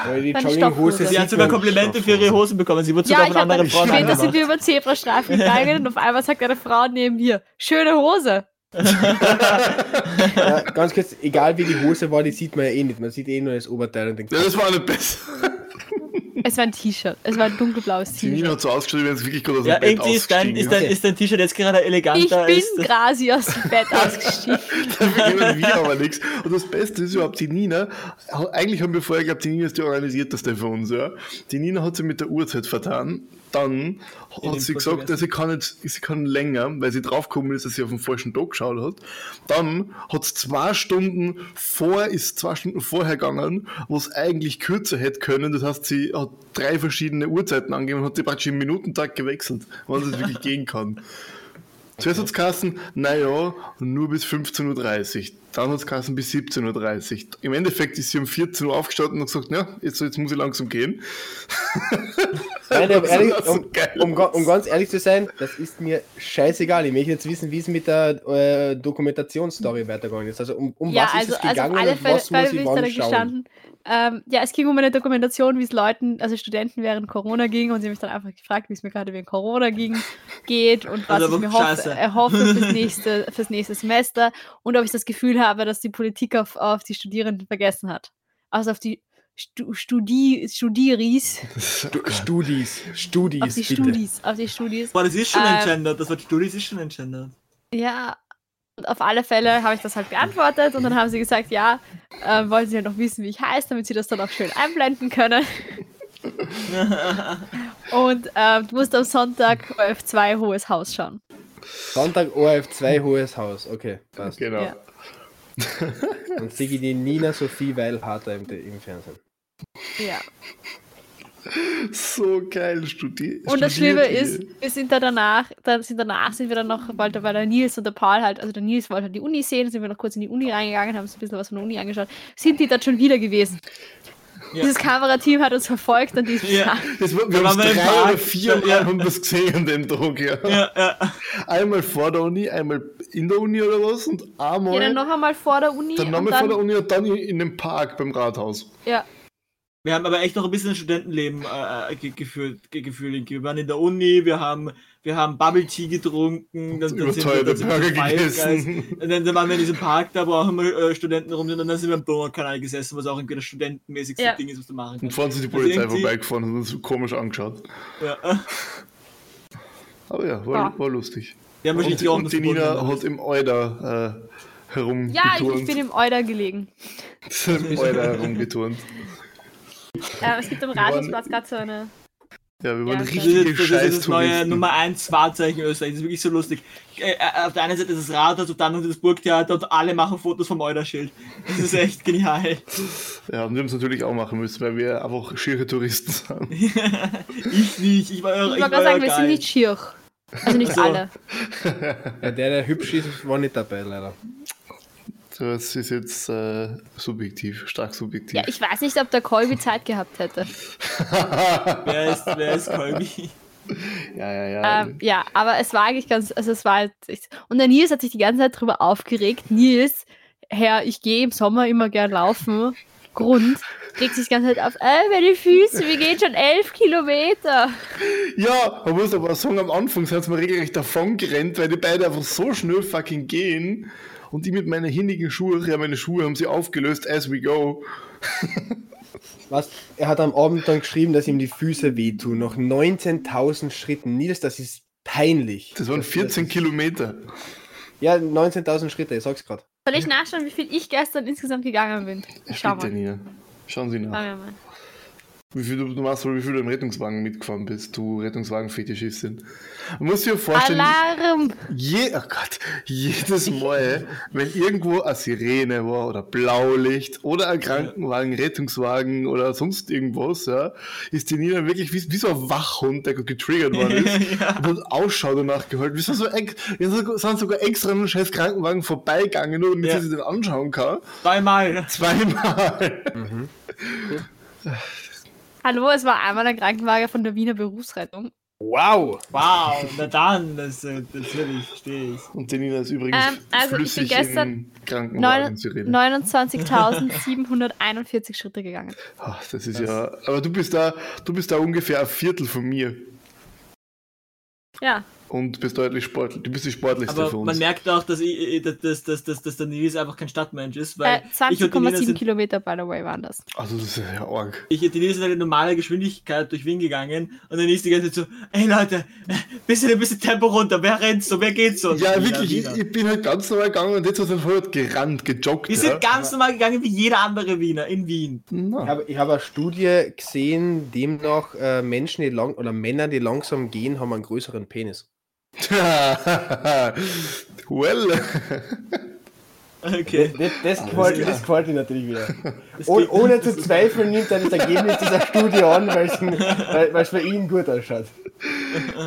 S2: Weil die
S4: Dann die
S2: Jogginghose
S4: Stoffhose.
S3: Sie
S2: sieht
S3: hat
S5: also
S3: sogar
S2: man-
S3: Komplimente für ihre Hosen bekommen. Sie wurde sogar
S4: Ja, ich
S3: von
S4: habe dann
S3: anderen Frauen
S4: später sind
S3: angemacht.
S4: wir über Zebrastreifen gegangen und auf einmal sagt eine Frau neben mir, schöne Hose.
S2: Ja, ganz kurz, egal wie die Hose war, die sieht man ja eh nicht. Man sieht eh nur das Oberteil und den
S5: Ja,
S2: Kopf.
S5: das war nicht besser.
S4: Es war ein T-Shirt. Es war ein dunkelblaues
S5: Die
S4: T-Shirt.
S5: Nina hat so ausgeschrieben, wenn es wirklich gerade aus dem
S3: Ja,
S5: Bett
S3: irgendwie ist dein, ist dein,
S5: ausgestiegen
S3: ist dein T-Shirt jetzt gerade
S4: Ich
S3: eleganter.
S4: bin
S3: als das-
S4: quasi aus dem Bett ausgestiegen.
S5: Dafür können wir aber nichts. Und das Beste ist überhaupt, die Nina, eigentlich haben wir vorher gehabt, die Nina ist die organisierteste von uns, ja. Die Nina hat sie mit der Uhrzeit vertan. Dann hat
S3: den
S5: sie gesagt, dass sie kann nicht, sie kann länger, weil sie draufgekommen ist, dass sie auf den falschen Tag geschaut hat. Dann hat es zwei Stunden vor, ist zwei Stunden vorher gegangen, wo es eigentlich kürzer hätte können. Das heißt, sie hat drei verschiedene Uhrzeiten angegeben und hat sie praktisch im Minutentag gewechselt, wann sie es wirklich gehen kann. Zuerst hat es geheißen, naja, nur bis 15.30 Uhr. Dann hat es geheißen bis 17.30 Uhr. Im Endeffekt ist sie um 14 Uhr aufgestanden und hat gesagt, ja, jetzt, jetzt muss ich langsam gehen.
S2: Nein, aber
S5: Das
S2: ehrlich,
S5: ist so
S2: um,
S5: geil.
S2: um, ga- um ganz ehrlich zu sein, das ist mir scheißegal. Ich möchte jetzt wissen, wie es mit der äh, Dokumentationsstory weitergegangen ist. Also um, um
S4: ja,
S2: was
S4: also,
S2: ist es
S4: also
S2: gegangen
S4: auf alle
S2: und
S4: Fälle,
S2: was
S4: Fälle
S2: muss
S4: bin
S2: ich
S4: ich da
S2: wann schauen?
S4: gestanden. Ähm, ja, es ging um eine Dokumentation, wie es Leuten, also Studenten während Corona ging und sie haben mich dann einfach gefragt, wie es mir gerade während Corona ging, geht und was
S3: Also
S4: ich mir
S3: wirklich
S4: hoff,
S3: scheiße.
S4: erhoffe fürs nächste, fürs nächste Semester und ob ich das Gefühl habe, dass die Politik auf, auf die Studierenden vergessen hat. Also auf die Stu Studi Studieris,
S2: Stu- Studis, Studis,
S4: auf die
S2: bitte.
S4: Studis, auf die Studis.
S3: Boah, das ist schon
S4: Ähm,
S3: entgendert. Das Wort Studis ist schon entgendert.
S4: Ja, und auf alle Fälle habe ich das halt beantwortet und dann haben sie gesagt, ja, äh, wollen sie ja noch wissen, wie ich heiße, damit sie das dann auch schön einblenden können. und ähm, du musst am Sonntag OF2 Hohes Haus schauen.
S2: Sonntag ORF2 Hohes Haus. Okay, passt.
S5: Genau.
S4: Ja.
S2: Und Sigi die Nina Sophie Weilharter im, im Fernsehen.
S4: Ja.
S5: So geil studi
S4: Und
S5: studiert
S4: das Schlimme
S5: ihr.
S4: ist, wir sind da danach, dann sind danach sind wir dann noch, weil der, weil der Nils und der Paul halt, also der Nils wollte halt die Uni sehen, sind wir noch kurz in die Uni reingegangen, haben uns ein bisschen was von der Uni angeschaut, sind die dann schon wieder gewesen.
S3: Ja.
S4: Dieses Kamerateam hat uns verfolgt an diesem
S3: Ja.
S4: Tag.
S5: Das, war-
S3: Da
S5: wir haben
S3: waren wir
S5: es
S3: im
S5: drei oder
S3: Park.
S5: vier Mal
S3: Ja.
S5: haben wir es gesehen an dem Tag, ja.
S3: Ja, ja.
S5: Einmal vor der Uni, einmal in der Uni oder was und einmal
S4: Ja, dann noch einmal vor der Uni.
S5: dann
S4: und
S5: nochmal
S4: dann,
S5: vor der Uni und dann in, in dem Park beim Rathaus.
S4: Ja,
S3: Wir haben aber echt noch ein bisschen Studentenleben äh, ge- gefühlt, ge- gefühlt. Wir waren in der Uni, wir haben, wir haben Bubble Tea getrunken, dann, dann sind wir,
S5: Überteuerte
S3: dann sind wir
S5: Burger
S3: zu Five Guys.
S5: gegessen.
S3: Und dann, dann waren wir in diesem Park, da wo auch immer äh, Studenten rum sind, und dann sind wir im Donaukanal gesessen, was auch irgendwie das studentenmäßigste
S4: Ja.
S3: Ding ist, was du machen
S5: Und
S3: kannst.
S5: vorhin sind die
S3: Also
S5: Polizei
S3: irgendwie-
S5: vorbeigefahren und uns so komisch angeschaut.
S3: Ja. äh,
S5: Aber ja, war,
S4: Ja.
S5: war lustig.
S3: Wir haben
S5: Und,
S3: wahrscheinlich auch
S5: und die Nina
S3: gefunden.
S5: hat im Euder äh, herumgeturnt.
S4: ja ich, ich bin im Euder gelegen.
S5: im Euder herumgeturnt.
S4: Äh, es gibt am Rathausplatz gerade so eine
S5: Ja, wir waren
S4: Ja,
S3: Das ist,
S5: richtige
S3: das ist das neue
S5: Scheiß-Touristen.
S3: Nummer 1 Wahrzeichen in Österreich. Das ist wirklich so lustig. Äh, äh, Auf der einen Seite ist das Rathaus, auf der anderen das Burgtheater und alle machen Fotos vom Eulerschild. Das ist echt genial.
S5: Ja, und wir haben es natürlich auch machen müssen, weil wir einfach schiere Touristen sind.
S3: ich nicht, ich war euer
S4: Ich wollte gerade sagen, wir sind nicht schier. Also nicht
S3: So.
S4: alle.
S2: Ja, der, der hübsch ist, war nicht dabei, leider.
S5: Das ist jetzt äh, subjektiv, stark subjektiv.
S4: Ja, ich weiß nicht, ob der Colby Zeit gehabt hätte.
S3: Wer ist, wer ist Colby?
S5: ja, ja. ja.
S4: Ähm, ja, aber es war eigentlich ganz, also es war halt, ich, und der Nils hat sich die ganze Zeit drüber aufgeregt. Nils, Herr, ich gehe im Sommer immer gern laufen. Grund, regt sich die ganze Zeit auf, äh, meine Füße, wir gehen schon elf Kilometer.
S5: Ja, man muss aber sagen, am Anfang sind sie mir regelrecht davon gerannt, weil die beide einfach so schnell fucking gehen. Und ich mit meinen hinnigen Schuhe, ja, meine Schuhe haben sie aufgelöst as we go.
S2: Was? Er hat am Abend dann geschrieben, dass ihm die Füße wehtun. Nach 19.000 Schritten. Nils, das ist peinlich.
S5: Das waren 14 Kilometer.
S2: Ja, 19.000 Schritte, ich sag's grad.
S4: Soll ich nachschauen, wie viel ich gestern insgesamt gegangen bin? Ich schau
S5: Bitte,
S4: mal. Ah,
S5: Nina. Schauen Sie nach.
S4: Schauen wir mal.
S5: Wie viel du, du machst, wie viel du im Rettungswagen mitgefahren bist, du Rettungswagen-Fetischistin. Man muss sich ja vorstellen,
S4: Alarm!
S5: Je, oh Gott, jedes Mal, wenn irgendwo eine Sirene war oder Blaulicht oder ein Krankenwagen, Rettungswagen oder sonst irgendwas, ja, ist die Nina wirklich wie, wie so ein Wachhund, der gerade getriggert worden ist und hat Ausschau danach gehalten. Wir sind, so ex, wir sind sind sogar extra an einem scheiß Krankenwagen vorbeigegangen, nur damit
S3: Ja.
S5: sie sich den anschauen kann.
S3: Zweimal.
S5: Zweimal.
S4: Hallo, es war einmal ein Krankenwagen von der Wiener Berufsrettung.
S2: Wow!
S3: Wow, na dann, das äh, natürlich, verstehe ich.
S5: Und die Nina ist übrigens
S4: Ähm, also ich bin
S5: flüssig
S4: gestern
S5: in Krankenwagen Sirene.
S4: 29.741 Schritte gegangen.
S5: Ach, das ist ja. Aber du bist da, du bist da ungefähr ein Viertel von mir.
S4: Ja,
S5: und bist deutlich sportlich. Du bist die sportlichste
S3: Aber
S5: von
S3: man
S5: uns.
S3: merkt auch, dass, ich, äh, dass, dass, dass, dass, dass der Nils einfach kein Stadtmensch ist,
S4: äh,
S3: weil ich und die Nina
S4: 20,7
S3: sind
S4: Kilometer, by the way, waren das.
S5: also das ist ja arg.
S3: Ich, die Nils ist eine normale Geschwindigkeit durch Wien gegangen und dann ist die ganze Zeit so, ey Leute, äh, bisschen ein bisschen Tempo runter, wer rennt so, wer geht so?
S5: Ja,
S3: Wieder,
S5: wirklich, ich,
S3: wieder.
S5: ich bin halt ganz normal gegangen und jetzt hast du halt gerannt, gejoggt.
S3: Wir
S5: ja.
S3: sind ganz normal gegangen wie jeder andere Wiener in Wien.
S2: Ich
S5: Na.
S2: habe ich hab eine Studie gesehen, demnach äh, Menschen, die lang oder Männer, die langsam gehen, haben einen größeren Penis.
S5: well.
S3: Okay.
S2: Das, das, gefällt,
S3: klar.
S2: das gefällt mir natürlich wieder.
S3: Das
S2: Oh,
S3: geht-
S2: ohne zu zweifeln nimmt er das Ergebnis dieser Studie an, weil's ihn- weil es für ihn gut ausschaut.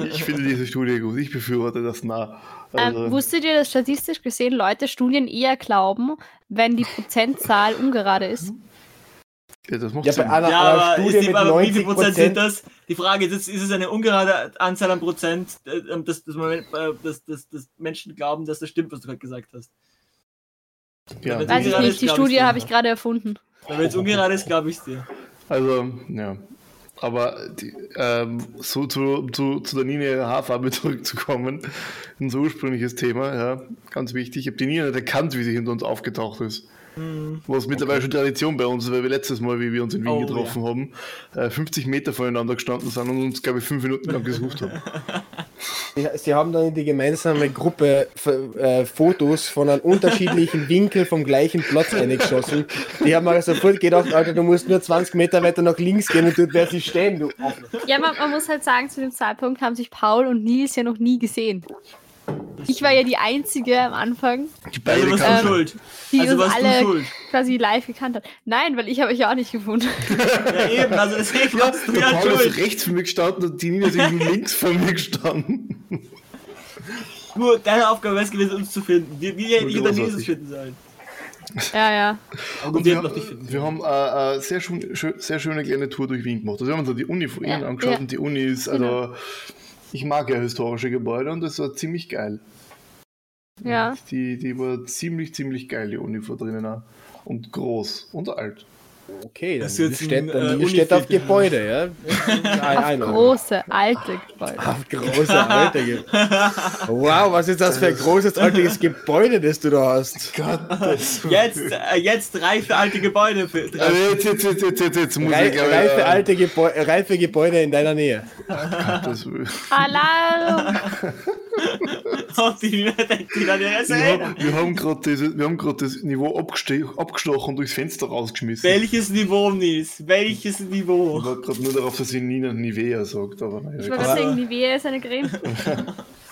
S5: Ich finde diese Studie gut. Ich befürworte das nah. Also,
S3: Also-
S4: Ähm, wusstet ihr, dass statistisch gesehen Leute Studien eher glauben, wenn die Prozentzahl ungerade ist?
S5: Hm? ja, das macht
S2: Ja, bei
S5: Sinn.
S2: einer,
S3: Ja,
S2: einer
S3: aber,
S2: Studie
S3: ist die,
S2: mit
S3: aber wie viel
S2: 90
S3: Prozent sind
S2: Prozent.
S3: das? Die Frage ist, jetzt, ist es eine ungerade Anzahl an Prozent, äh, ähm, dass, dass, man, äh, dass, dass, dass Menschen glauben, dass das stimmt, was du gerade gesagt hast?
S5: Ja.
S3: wenn
S4: Weiß ich
S3: Ungerade ist,
S4: nicht, die
S3: glaub
S4: Studie
S3: ich,
S4: habe ich gerade erfunden.
S3: Weil wenn es ungerade ist, glaube ich dir.
S5: Also, ja. Aber die, ähm, so, zu, zu, zu der Nina ihrer Haarfarbe zurückzukommen, unser ursprüngliches Thema, ja, ganz wichtig. Ich habe die Nina nicht erkannt, wie sie hinter uns aufgetaucht ist. Was mittlerweile schon Tradition bei uns ist, weil wir letztes Mal, wie wir uns in Wien
S3: Hm. Oh,
S5: getroffen haben, äh, 50 Meter voneinander gestanden sind und uns, glaube ich, fünf Minuten lang gesucht haben.
S2: Sie- Sie haben dann in die gemeinsame Gruppe F- äh, Fotos von einem unterschiedlichen Winkel vom gleichen Platz reingeschossen. Die haben mir sofort gedacht, Alter, du musst nur 20 Meter weiter nach links gehen und dort wer sie stehen, du Affe.
S4: Ja, man, man muss halt sagen, zu dem Zeitpunkt haben sich Paul und Nils ja noch nie gesehen. Ich war ja die Einzige am Anfang,
S5: Die
S3: Also
S5: beiden
S3: warst
S5: kannten-
S3: du schuld.
S4: die
S3: Also
S4: uns
S3: warst du
S4: alle
S3: schuld.
S4: quasi live gekannt hat. Nein, weil ich habe euch ja auch nicht gefunden.
S3: Ja, eben, also deswegen
S5: Ja,
S3: warst du
S5: der
S3: ja
S5: Paul
S3: schuld.
S5: ist rechts von mir gestanden und die Nina ist irgendwie links von mir gestanden.
S3: Nur deine Aufgabe wäre es gewesen, uns zu finden. Wir, wir hätten
S5: Und
S3: ihr dann
S5: großartig.
S3: Jesus finden sollen.
S4: Ja, ja.
S3: Aber
S5: Und
S3: gut, wir
S5: wir,
S3: hätten noch dich finden
S5: wir haben äh, äh, sehr, schön, schö- sehr schöne kleine Tour durch Wien gemacht. Also wir haben uns die Uni von innen
S4: Ja,
S5: angeschaut
S4: ja. Genau.
S5: und die Uni ist, also ich mag ja historische Gebäude und das war ziemlich geil.
S4: ja.
S5: Die, die war ziemlich, ziemlich geil, die Uni vor drinnen auch. Und groß und alt.
S2: Okay, dann
S3: Das ist jetzt
S2: steht,
S3: ein, äh,
S2: dann steht auf
S3: Unifit.
S2: Gebäude, ja. Ein-
S4: Auf
S2: ein-
S4: große, alte Gebäude.
S2: Auf große alte Ge Wow, was ist das für ein großes altes Gebäude, das du da hast?
S5: Gottes
S3: Jetzt, äh, jetzt reife alte Gebäude. Für,
S5: Also jetzt, jetzt, jetzt, jetzt, jetzt, jetzt muss
S2: Rei
S5: ich aber,
S2: reife,
S5: äh,
S2: alte Gebäu reife Gebäude in deiner Nähe.
S5: Gottes Willen.
S4: Alarm!
S3: Und die Nina denkt sich dann, ja, ist
S5: Wir
S3: einer.
S5: haben, wir haben gerade das, wir haben grad das Niveau abgeste- abgestochen und durchs Fenster rausgeschmissen.
S3: Welches Niveau, Nils? Welches
S5: Ich
S3: Niveau?
S5: war gerade nur darauf, dass sie Nina Nivea sagt, aber
S4: Ich
S5: naja.
S4: wollte
S5: egal.
S4: gerade sagen, Nivea ist eine Creme.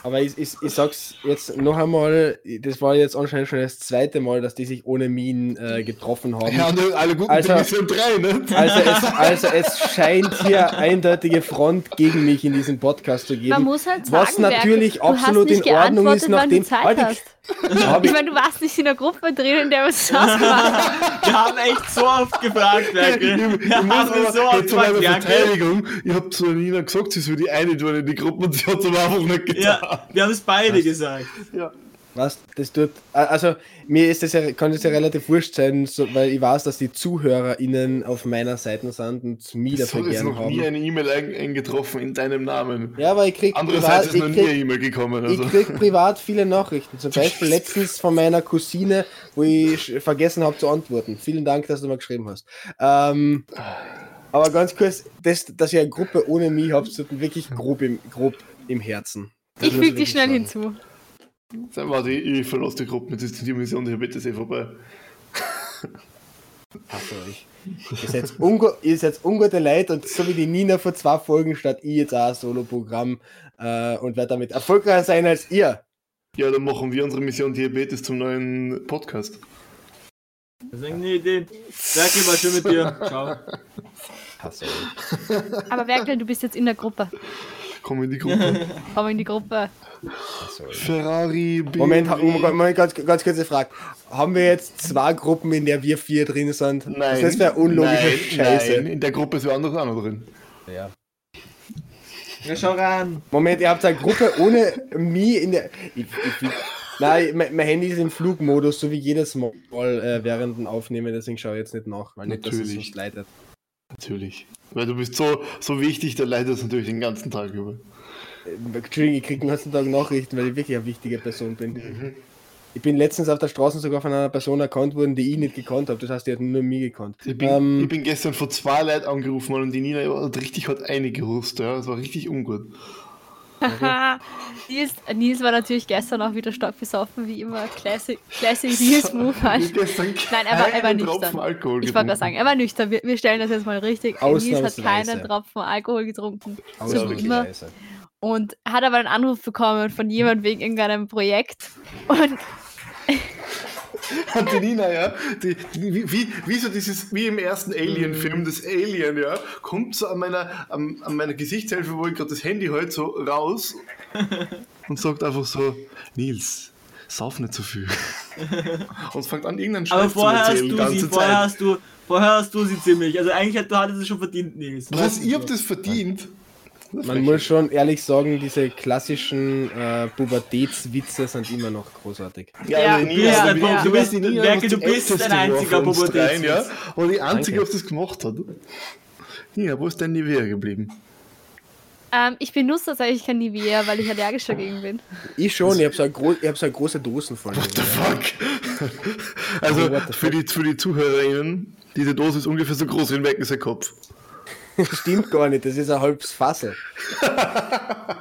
S2: Aber ich, ich, ich sag's jetzt noch einmal, das war jetzt anscheinend schon das zweite Mal, dass die sich ohne Minen äh, getroffen haben.
S5: Ja, ne, alle guten
S2: Also-
S5: Dinge sind drei, ne?
S2: Also es, also es scheint hier eindeutige Front gegen mich in diesem Podcast zu geben.
S4: Man muss halt sagen,
S2: was natürlich
S4: Werke, du
S2: absolut
S4: hast nicht
S2: in Ordnung ist,
S4: geantwortet, wann
S2: nachdem
S4: du Zeit
S2: Halt die-
S4: hast.
S2: Hab
S4: Ich
S2: ich,
S4: meine, du warst nicht in der Gruppe drin, in der wir es ausgemacht haben.
S3: Wir haben echt so oft gefragt,
S5: Ich, ich,
S3: Merkel.
S5: ich
S3: Wir
S5: muss
S3: haben so
S5: aber
S3: oft
S5: jetzt zu meiner
S3: gefragt, Merkel.
S5: Verteidigung, ich habe zu Nina gesagt, sie soll die eine tun in die Gruppe und sie hat es aber einfach nicht getan.
S3: Ja, wir haben es beide gesagt.
S2: was, das tut, also mir ist das ja, kann das ja relativ wurscht sein, so, weil ich weiß, dass die ZuhörerInnen auf meiner Seite sind und mich
S5: Es
S2: dafür
S5: hat jetzt
S2: halt gern
S5: noch nie
S2: haben.
S5: eine E-Mail ein- eingetroffen in deinem Namen.
S2: Ja, aber ich krieg,
S5: Andererseits
S2: privat,
S5: ist noch
S2: ich,
S5: nie eine
S2: krieg,
S5: E-Mail gekommen.
S2: ich
S5: Also.
S2: krieg privat viele Nachrichten. Zum Beispiel letztens von meiner Cousine, wo ich sch- vergessen habe zu antworten. Vielen Dank, dass du mal geschrieben hast. Ähm, aber ganz kurz, das, dass ihr eine Gruppe ohne mich habt, tut mir wirklich grob im, grob im Herzen. Das
S4: Ich
S2: muss
S4: füge dich
S2: wirklich
S4: schnell
S2: sagen.
S4: hinzu.
S5: Dann warte, ich, ich verlasse die Gruppe, jetzt ist die Dimension der Diabetes eh vorbei.
S2: hasse euch. Ihr seid, ungu ihr seid ungute Leute und so wie die Nina vor zwei Folgen statt ich jetzt auch ein Solo-Programm äh, und werde damit erfolgreicher sein als ihr.
S5: Ja, dann machen wir unsere Mission Diabetes zum neuen Podcast.
S3: Das ist eine Idee. Merkel, war schön mit dir. Ciao.
S2: Hasse euch.
S4: Aber Werkel, du bist jetzt in der Gruppe.
S5: Komm in die Gruppe.
S4: Komm in die Gruppe.
S5: Ferrari, BMW.
S2: Moment, oh ha- Moment, Moment ganz, ganz kurze Frage. Haben wir jetzt zwei Gruppen, in der wir vier drin sind?
S5: Nein.
S2: Ist das für eine unlogische
S5: nein,
S2: Scheiße?
S5: Nein, in der Gruppe ist wer anderes auch noch drin.
S3: Ja, schau ran.
S2: Moment, ihr habt eine Gruppe ohne mich in der. Ich, ich, ich, nein, mein, mein Handy ist im Flugmodus, so wie jedes Mal äh, während dem Aufnehmen, deswegen schaue ich jetzt nicht nach, weil nicht, dass es
S5: Natürlich.
S2: uns leidet.
S5: Natürlich. Weil du bist so, so wichtig, der leidet natürlich den ganzen Tag über.
S2: Entschuldigung, ich kriege den ganzen Tag Nachrichten, weil ich wirklich eine wichtige Person bin.
S5: Mhm.
S2: Ich bin letztens auf der Straße sogar von einer Person erkannt worden, die ich nicht gekannt habe. Das heißt, die hat nur mich gekannt.
S5: Ich bin,
S2: Ähm,
S5: ich bin gestern vor zwei Leuten angerufen worden und die Nina hat richtig hat eine gehust, ja. Das war richtig ungut.
S4: Haha. Nils, Nils war natürlich gestern auch wieder stark besoffen, wie immer. Classic, classic Nils Move
S5: Ich
S4: halt.
S5: hab gestern
S4: Nein, er war, er war
S5: keinen Tropfen
S4: nüchtern.
S5: Alkohol
S4: Ich wollte
S5: getrunken.
S4: gerade sagen, er war nüchtern. Wir, wir stellen das jetzt mal richtig. Nils hat
S2: Ausnahmsweise.
S4: keinen Tropfen Alkohol getrunken.
S2: Außer
S4: so wie
S2: wirklich
S4: immer.
S2: scheiße.
S4: Und hat aber einen Anruf bekommen von jemandem wegen irgendeinem Projekt. Und
S5: Und die Nina, ja, die, die, wie- wie, wie so dieses, wie im ersten Alien-Film, das Alien, ja, kommt so an meiner, an, an meiner Gesichtshälfte, wo ich gerade das Handy halt so raus und sagt einfach so, Nils, sauf nicht so viel. Und fängt an, irgendeinen
S3: Aber
S5: Scheiß zu
S3: vorher hast
S5: erzählen, die
S3: du sie,
S5: ganze
S3: vorher
S5: Zeit.
S3: hast du, vorher hast du sie ziemlich. Also eigentlich hat, du hattest es schon verdient, Nils.
S5: Was, ihr habt das verdient?
S2: Man muss schon ehrlich sagen, diese klassischen äh, Pubertätswitze sind immer noch großartig.
S4: Ja,
S5: aber die
S4: du
S5: Nina,
S4: bist
S5: aber
S4: ein
S5: die-
S4: Pub-
S5: die
S4: du
S3: bist-
S5: Nina
S3: Merkel,
S5: muss
S3: du
S5: die
S3: bist ein
S5: älteste
S3: einziger
S5: war von uns dreien,
S3: Pubertätswitz.
S5: ja, Und die einzige,
S2: Danke.
S5: auf das gemacht hat. Nina, wo ist dein Nivea geblieben?
S4: ähm, ich benutze tatsächlich kein Nivea, weil ich allergisch dagegen bin.
S2: Ich schon, ich habe so, eine gro- ich hab so eine große Dosen voll.
S5: the fuck? Also
S2: Oh, what the
S5: für, Die, für die ZuhörerInnen, diese Dose ist ungefähr so groß wie ein Weckenser Kopf.
S2: Stimmt gar nicht, das ist ein halbes Fassel.